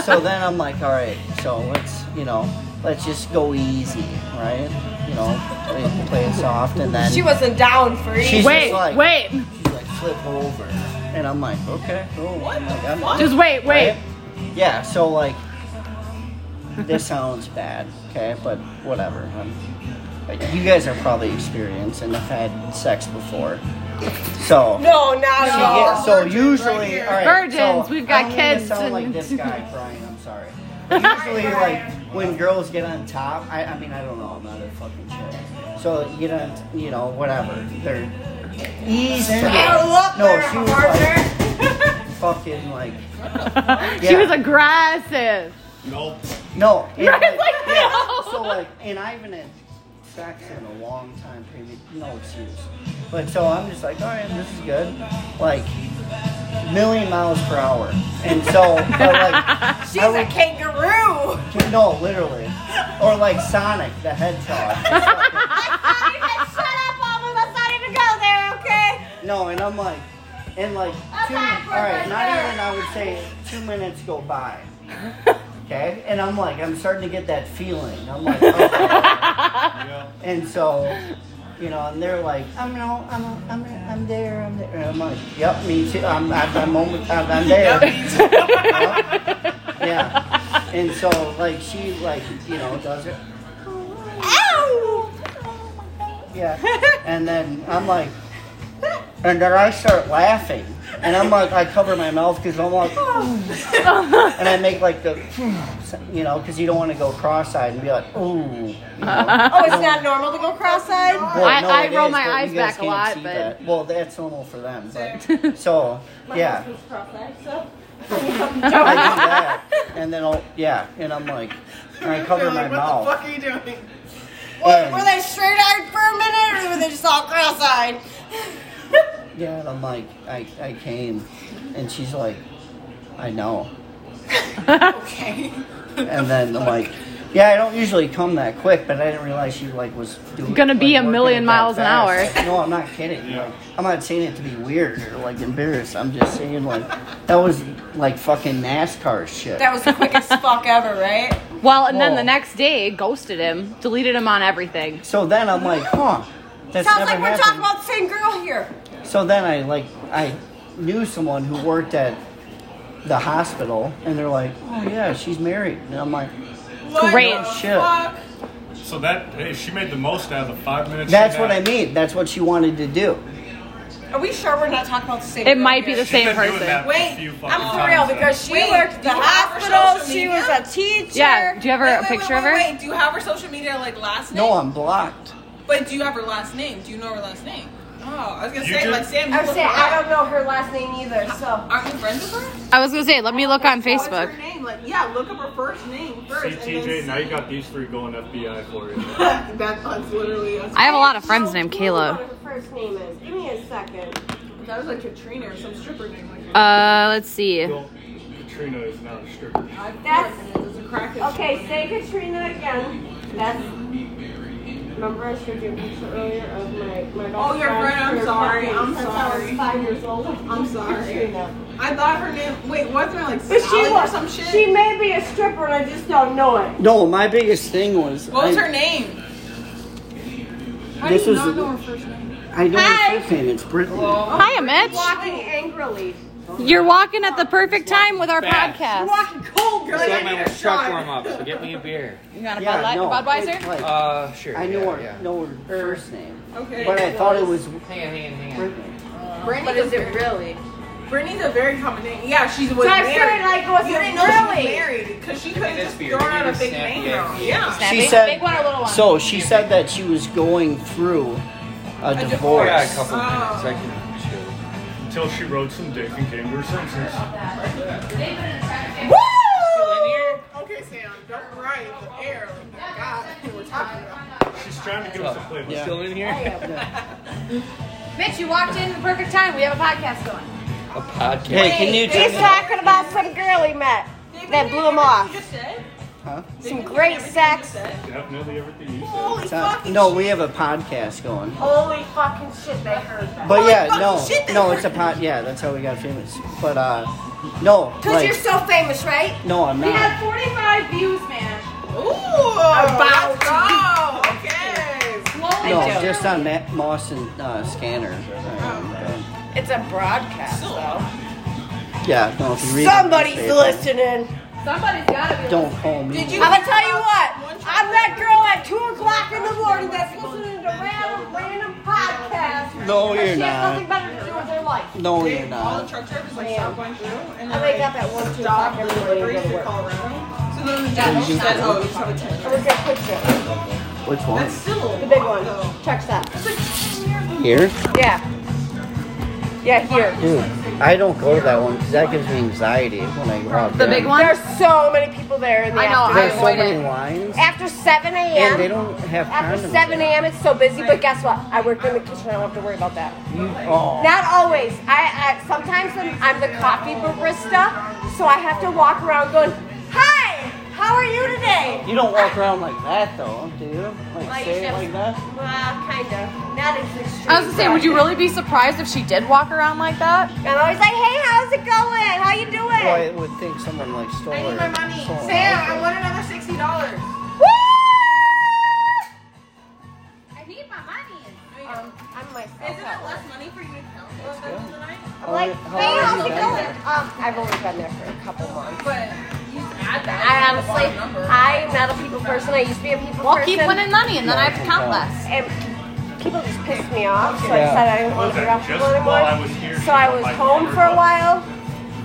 Speaker 3: so then I'm like, all right, so let's, you know, let's just go easy, right? You know, play, play it soft, and then
Speaker 2: She wasn't down for it.
Speaker 3: she's
Speaker 1: wait,
Speaker 3: just like,
Speaker 1: wait.
Speaker 3: she's like, flip over, and I'm like, okay, cool. What
Speaker 1: Just wait, wait.
Speaker 3: Yeah. So like, this sounds bad, okay? But whatever. I'm- you guys are probably experienced and have had sex before, so.
Speaker 2: No, not
Speaker 3: She
Speaker 2: at all.
Speaker 3: gets- so usually, all right,
Speaker 1: Virgins,
Speaker 3: so
Speaker 1: we've got
Speaker 3: I don't mean to
Speaker 1: kids
Speaker 3: sound like
Speaker 1: and-
Speaker 3: this guy, Brian. I'm sorry. But usually, like when girls get on top, I, I mean, I don't know. I'm not a fucking chick. So you know, you know, whatever. They're ease into it. No, she was like fucking like
Speaker 1: She
Speaker 3: Yeah.
Speaker 1: was aggressive.
Speaker 7: Nope.
Speaker 3: no. and,
Speaker 1: Right, like,
Speaker 3: yeah,
Speaker 1: no.
Speaker 3: So like, and I haven't had sex in a long time. Previous, no excuse. But so I'm just like, all right, this is good. Like million miles per hour, and so but like
Speaker 5: She's
Speaker 3: I would-
Speaker 5: a kangaroo.
Speaker 3: no, literally, or like Sonic the Hedgehog.
Speaker 5: Not even shut up, Alma. Let's not even go there, okay?
Speaker 3: no, and I'm like, and like two. All right, not even I would say two minutes go by. Okay, and I'm like, I'm starting to get that feeling. I'm like, okay.
Speaker 7: Yeah.
Speaker 3: And so, you know, and they're like, I'm no, I'm, I'm, I'm there, I'm there. And I'm like, yep, me too. I'm, I'm, I'm, almost- I'm, I'm there. Yep. Yeah. And so, like, she, like, you know, does it. Yeah. And then I'm like, and then I start laughing. And I'm like, I cover my mouth because I'm like, and I make like the, you know, because you don't want to go cross-eyed and be like, ooh. You know?
Speaker 2: Oh, it's not normal to go cross-eyed.
Speaker 3: Well,
Speaker 1: I-
Speaker 3: no,
Speaker 1: I
Speaker 3: it
Speaker 1: roll
Speaker 3: is,
Speaker 1: my
Speaker 3: but you
Speaker 1: eyes
Speaker 3: guys
Speaker 1: back a
Speaker 3: can't
Speaker 1: lot,
Speaker 3: see
Speaker 1: but-
Speaker 3: that. well, that's normal for them. But so, yeah, I do
Speaker 2: Oh.
Speaker 3: that, and then I'll yeah, and I'm like, and I cover my mouth. What the fuck are you doing?
Speaker 2: Were they straight-eyed for a minute, or were they just all cross-eyed?
Speaker 3: yeah, and I'm like, I, I came, and she's like, I know. okay. And then I'm like, yeah, I don't usually come that quick, but I didn't realize she like was doing
Speaker 1: Gonna
Speaker 3: like,
Speaker 1: be a
Speaker 3: working
Speaker 1: million
Speaker 3: it that
Speaker 1: miles an
Speaker 3: fast. No, I'm not kidding. Like, I'm not saying it to be weird or like embarrassed. I'm just saying like that was like fucking NASCAR shit.
Speaker 2: That was the quickest fuck ever, right?
Speaker 1: Well, and then
Speaker 3: Whoa.
Speaker 1: the next day, ghosted him, deleted him on everything.
Speaker 3: so then I'm like, huh, that's
Speaker 2: Sounds
Speaker 3: never
Speaker 2: like we're
Speaker 3: happened.
Speaker 2: talking about the same girl here.
Speaker 3: So then I like I knew someone who worked at the hospital, and they're like, "Oh yeah, she's married," and I'm like,
Speaker 1: Great.
Speaker 3: "Shit."
Speaker 7: So that hey, she made the most out of the five minutes. she
Speaker 3: That's what I
Speaker 7: had.
Speaker 3: mean. That's what she wanted to do.
Speaker 2: Are we sure we're not talking about the same
Speaker 1: It
Speaker 2: girl
Speaker 1: might be
Speaker 2: here?
Speaker 1: the same
Speaker 7: She's been doing
Speaker 1: person.
Speaker 7: that.
Speaker 2: Wait,
Speaker 7: A few fucking
Speaker 2: I'm for
Speaker 7: times
Speaker 2: real
Speaker 7: now.
Speaker 2: because she worked at the
Speaker 8: do you have her
Speaker 2: hospital.
Speaker 8: social
Speaker 2: She
Speaker 8: media?
Speaker 2: was a teacher.
Speaker 1: Yeah, do you have her-
Speaker 8: Wait,
Speaker 1: a
Speaker 8: wait,
Speaker 1: picture
Speaker 8: wait,
Speaker 1: of her?
Speaker 8: Wait, do you have her social media like last name?
Speaker 3: No, I'm blocked.
Speaker 8: But do you have her last name? Do you know her last name? Oh, I was gonna
Speaker 7: You
Speaker 8: say
Speaker 7: do?
Speaker 8: like Sam. You
Speaker 2: I was
Speaker 8: look
Speaker 2: saying
Speaker 8: her
Speaker 2: I
Speaker 8: up.
Speaker 2: don't know her last name either, so
Speaker 8: Aren't you friends with her?
Speaker 1: I was gonna say, let me look on
Speaker 8: What's her
Speaker 1: Facebook.
Speaker 8: name? Like, yeah, look up her first name first.
Speaker 7: See,
Speaker 8: and
Speaker 7: TJ,
Speaker 8: then
Speaker 7: now you
Speaker 8: see-
Speaker 7: got these three going FBI for you.
Speaker 8: that, that's literally. That's,
Speaker 1: I have a lot of friends named
Speaker 2: What
Speaker 1: Kayla.
Speaker 2: her first name is? Give me a second.
Speaker 8: that was like Katrina or some stripper name. Like,
Speaker 1: Uh, let's see.
Speaker 7: Well, Katrina is not a stripper.
Speaker 2: That's
Speaker 8: there's a crack
Speaker 2: okay. Say Katrina again. That's. Remember I showed you a picture earlier of my my best
Speaker 8: Oh, your friend, I'm
Speaker 2: your
Speaker 8: sorry,
Speaker 2: friend,
Speaker 8: I'm
Speaker 2: since I
Speaker 8: sorry.
Speaker 2: was five years old. I'm
Speaker 8: sorry.
Speaker 2: Katrina.
Speaker 8: I thought her name. Wait, wasn't it like
Speaker 2: But she
Speaker 8: Sally or
Speaker 2: was
Speaker 8: some shit?
Speaker 2: She may be a stripper, and I just don't know it.
Speaker 3: No, my biggest thing was
Speaker 8: what was
Speaker 3: I,
Speaker 8: her name? How
Speaker 3: This
Speaker 8: do you
Speaker 3: is-
Speaker 8: not know her first name?
Speaker 3: I know her first name. It's Brittany.
Speaker 1: Hiya, Mitch.
Speaker 2: Walking angrily.
Speaker 1: You're walking at the perfect time with our podcast.
Speaker 8: Fucking cold girl. I need
Speaker 9: Segment
Speaker 8: a
Speaker 9: was truck
Speaker 8: shot.
Speaker 9: warm up, so get me a beer.
Speaker 1: You got a
Speaker 3: Yeah,
Speaker 1: Bud Light,
Speaker 3: no,
Speaker 1: Budweiser?
Speaker 3: like,
Speaker 9: Uh, sure.
Speaker 3: I knew
Speaker 9: yeah,
Speaker 3: her,
Speaker 9: yeah.
Speaker 3: know her first name,
Speaker 8: Okay.
Speaker 3: but I thought it was
Speaker 9: Hang on, hang on, hang on.
Speaker 3: Brittany.
Speaker 8: Brittany's a very-
Speaker 2: really?
Speaker 8: Brittany's a very common name. Yeah, she's was
Speaker 2: So I'm
Speaker 8: married.
Speaker 2: saying like was
Speaker 8: you didn't
Speaker 2: it
Speaker 8: know she was
Speaker 2: really?
Speaker 8: married because she could have
Speaker 9: this
Speaker 8: just
Speaker 9: beer.
Speaker 8: thrown out a
Speaker 9: Give me
Speaker 8: big
Speaker 9: the
Speaker 8: name
Speaker 9: snap,
Speaker 8: though.
Speaker 9: yeah.
Speaker 8: Yeah.
Speaker 1: Snappy?
Speaker 3: She said.
Speaker 1: Big one or little one?
Speaker 3: So she said that she was going through a divorce.
Speaker 9: Yeah, a couple
Speaker 8: Oh.
Speaker 9: minutes. I can chill.
Speaker 7: Until she rode some dick and came to her senses.
Speaker 8: Okay, Sam, don't write the air like that. God, we're talking about.
Speaker 7: She's trying to give us a flavor.
Speaker 9: You Still in here?
Speaker 1: Mitch, you walked in at the perfect time. We have a podcast going.
Speaker 9: A podcast.
Speaker 3: Hey, can you
Speaker 2: He's
Speaker 3: tell me?
Speaker 2: talking about some girl he met that blew him off.
Speaker 3: Huh?
Speaker 2: Some great sex.
Speaker 7: Definitely everything you said.
Speaker 8: Holy fucking
Speaker 3: uh, No,
Speaker 8: shit.
Speaker 3: we have a podcast going.
Speaker 2: Holy fucking shit, they heard that.
Speaker 3: But
Speaker 8: Holy
Speaker 3: yeah,
Speaker 8: fucking
Speaker 3: no,
Speaker 8: shit, they
Speaker 3: no,
Speaker 8: were-
Speaker 3: it's a pot. Yeah, that's how we got famous. But uh, no,
Speaker 2: Because
Speaker 3: like,
Speaker 2: you're so famous, right?
Speaker 3: no, I'm not.
Speaker 6: 45 views, man.
Speaker 8: Ooh, about to go. Okay.
Speaker 3: No, just on Matt Moss and uh, Scanner. Um,
Speaker 2: It's a broadcast, though.
Speaker 3: yeah, no, if you read. the
Speaker 2: Somebody's
Speaker 3: newspaper-
Speaker 2: listening.
Speaker 1: Somebody's gotta be.
Speaker 3: Don't home.
Speaker 5: Did you? I'm gonna tell you what. I'm that girl at two o'clock in the morning that's listening to random, random podcasts.
Speaker 3: No,
Speaker 5: because
Speaker 3: you're
Speaker 5: she has
Speaker 3: not.
Speaker 5: nothing better to do with her life.
Speaker 3: No,
Speaker 8: They-
Speaker 3: you're
Speaker 8: All the
Speaker 3: not.
Speaker 8: truck drivers like stop going through, and
Speaker 2: I
Speaker 8: then
Speaker 2: wake
Speaker 8: like,
Speaker 2: up at one, two
Speaker 8: stop
Speaker 2: o'clock
Speaker 8: and
Speaker 2: every morning
Speaker 8: race
Speaker 2: to go
Speaker 8: to
Speaker 2: to work.
Speaker 8: Colorado. So then the judge said, "Oh, you just have a ticket."
Speaker 2: Where's that picture?
Speaker 3: Which one?
Speaker 8: That's still
Speaker 2: The big one. Check that.
Speaker 3: Here?
Speaker 2: Yeah. Yeah, here.
Speaker 3: Dude, Hmm. I don't go to that one because that gives me anxiety when I go out
Speaker 1: The
Speaker 3: there.
Speaker 1: big one.
Speaker 2: There's so many people there in the
Speaker 1: I know.
Speaker 2: afternoon.
Speaker 3: There's
Speaker 1: I
Speaker 3: so
Speaker 1: avoid
Speaker 3: many
Speaker 1: it.
Speaker 3: lines,
Speaker 2: After 7
Speaker 3: and they
Speaker 2: a.m.
Speaker 3: don't have
Speaker 2: After
Speaker 3: condoms.
Speaker 2: 7
Speaker 3: there.
Speaker 2: a.m. it's so busy, but guess what? I work in the kitchen. I don't have to worry about that.
Speaker 3: Oh,
Speaker 2: Not always. I, I sometimes I'm, I'm the coffee barista, so I have to walk around going, "Hi, how are you today?"
Speaker 3: you don't walk around like that though, do you? Like, say it like that?
Speaker 2: Well, kind of. Not as extreme.
Speaker 1: I was gonna say, would you really be surprised if she did walk around like that?
Speaker 2: I'm always like, "Hey, how's it going? How you
Speaker 3: Oh, I
Speaker 2: doing?"
Speaker 3: would think someone like stole
Speaker 8: I need
Speaker 3: her-
Speaker 8: my money.
Speaker 3: stole her
Speaker 8: Sam,
Speaker 3: outfit.
Speaker 8: I want another sixty dollars.
Speaker 1: I need my money.
Speaker 2: Um, I'm myself.
Speaker 8: Isn't it less money for you to count than tonight?
Speaker 2: I'm like,
Speaker 3: How- how
Speaker 2: "Hey, how's
Speaker 3: long have
Speaker 2: it
Speaker 3: you been
Speaker 2: going?" Um, I've only been there for a couple months.
Speaker 8: But you add that.
Speaker 2: I
Speaker 8: to the
Speaker 2: honestly,
Speaker 8: bottom number.
Speaker 2: I am not a people person. I used to be a people
Speaker 1: Well,
Speaker 2: person.
Speaker 1: keep winning money, and then I have to count
Speaker 3: Yeah.
Speaker 1: less.
Speaker 2: and people just pissed me off, so I
Speaker 3: Yeah.
Speaker 2: decided I didn't want to be
Speaker 7: Okay,
Speaker 2: around
Speaker 7: just
Speaker 2: people anymore.
Speaker 7: while I was here,
Speaker 2: so I
Speaker 7: she
Speaker 2: was
Speaker 7: got
Speaker 2: home
Speaker 7: like
Speaker 2: for a
Speaker 7: $100.
Speaker 2: while,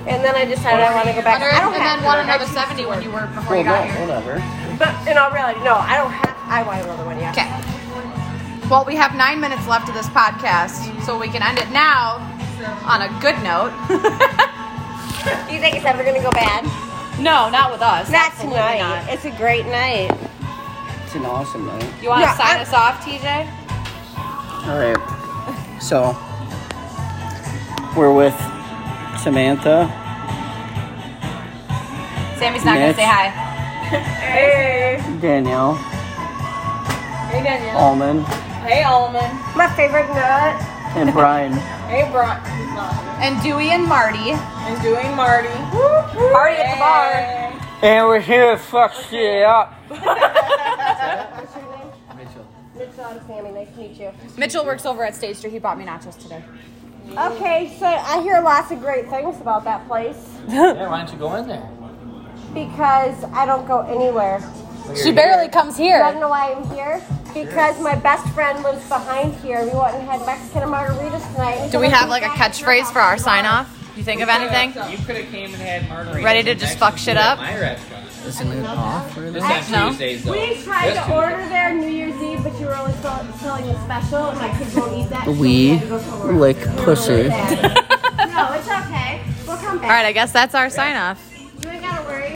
Speaker 2: and then I decided I want to go back. I don't
Speaker 1: and
Speaker 2: have
Speaker 1: then
Speaker 2: to.
Speaker 1: won
Speaker 2: I
Speaker 1: another
Speaker 2: choose
Speaker 1: seventy
Speaker 2: to
Speaker 1: when
Speaker 2: work.
Speaker 1: you were before
Speaker 3: Well,
Speaker 1: you got
Speaker 3: no,
Speaker 1: here.
Speaker 3: whatever.
Speaker 2: But in all reality, no, I don't have. I want another one yet.
Speaker 1: Okay. Well, we have nine minutes left of this podcast, so we can end it now on a good note.
Speaker 2: Do you think it's ever gonna go bad?
Speaker 1: no, not with us.
Speaker 2: Not
Speaker 1: Absolutely
Speaker 2: tonight.
Speaker 1: not.
Speaker 2: It's a great night.
Speaker 3: It's an awesome night.
Speaker 1: You want to
Speaker 2: No,
Speaker 1: sign
Speaker 2: I-
Speaker 1: us off, TJ?
Speaker 3: All right. So we're with Samantha,
Speaker 1: Sammy's not gonna
Speaker 3: Next.
Speaker 1: say hi.
Speaker 3: Danielle,
Speaker 6: Hey, Danielle.
Speaker 3: Almond,
Speaker 6: Hey, Almond.
Speaker 2: My favorite nut.
Speaker 3: and Brian.
Speaker 6: Hey, Brock.
Speaker 1: And Dewey and Marty.
Speaker 6: And doing Marty.
Speaker 1: Marty at the bar.
Speaker 6: Hey.
Speaker 3: And we're here to fuck shit up.
Speaker 2: What's your name? Mitchell. I'm Sammy. Nice to meet you.
Speaker 1: Mitchell works over at State Street. He bought me nachos today.
Speaker 2: Okay, so I hear lots of great things about that place
Speaker 9: Yeah, why don't you go in there?
Speaker 2: because I don't go anywhere.
Speaker 1: She barely comes
Speaker 2: I don't
Speaker 1: here.
Speaker 2: know why I'm here because my best friend lives behind here. We went and had Mexican and margaritas tonight.
Speaker 1: Do we have like a catchphrase for our sign off? You think of anything?
Speaker 9: You could have came and had margaritas.
Speaker 1: Ready to just
Speaker 9: next
Speaker 1: fuck
Speaker 9: to
Speaker 1: shit
Speaker 9: you at
Speaker 1: up?
Speaker 9: My restaurant. This
Speaker 3: Isn't it off? Really?
Speaker 9: is
Speaker 1: No.
Speaker 9: not Tuesdays though.
Speaker 2: We tried
Speaker 9: This
Speaker 2: to order there New Year's Eve, but you were only sell- selling the special, and my kids won't eat that. so
Speaker 3: We
Speaker 2: had to go somewhere.
Speaker 3: lick
Speaker 2: We were really
Speaker 3: pussy.
Speaker 2: sad. no, it's okay. We'll come
Speaker 1: All right,
Speaker 2: back.
Speaker 1: I guess that's our sign off.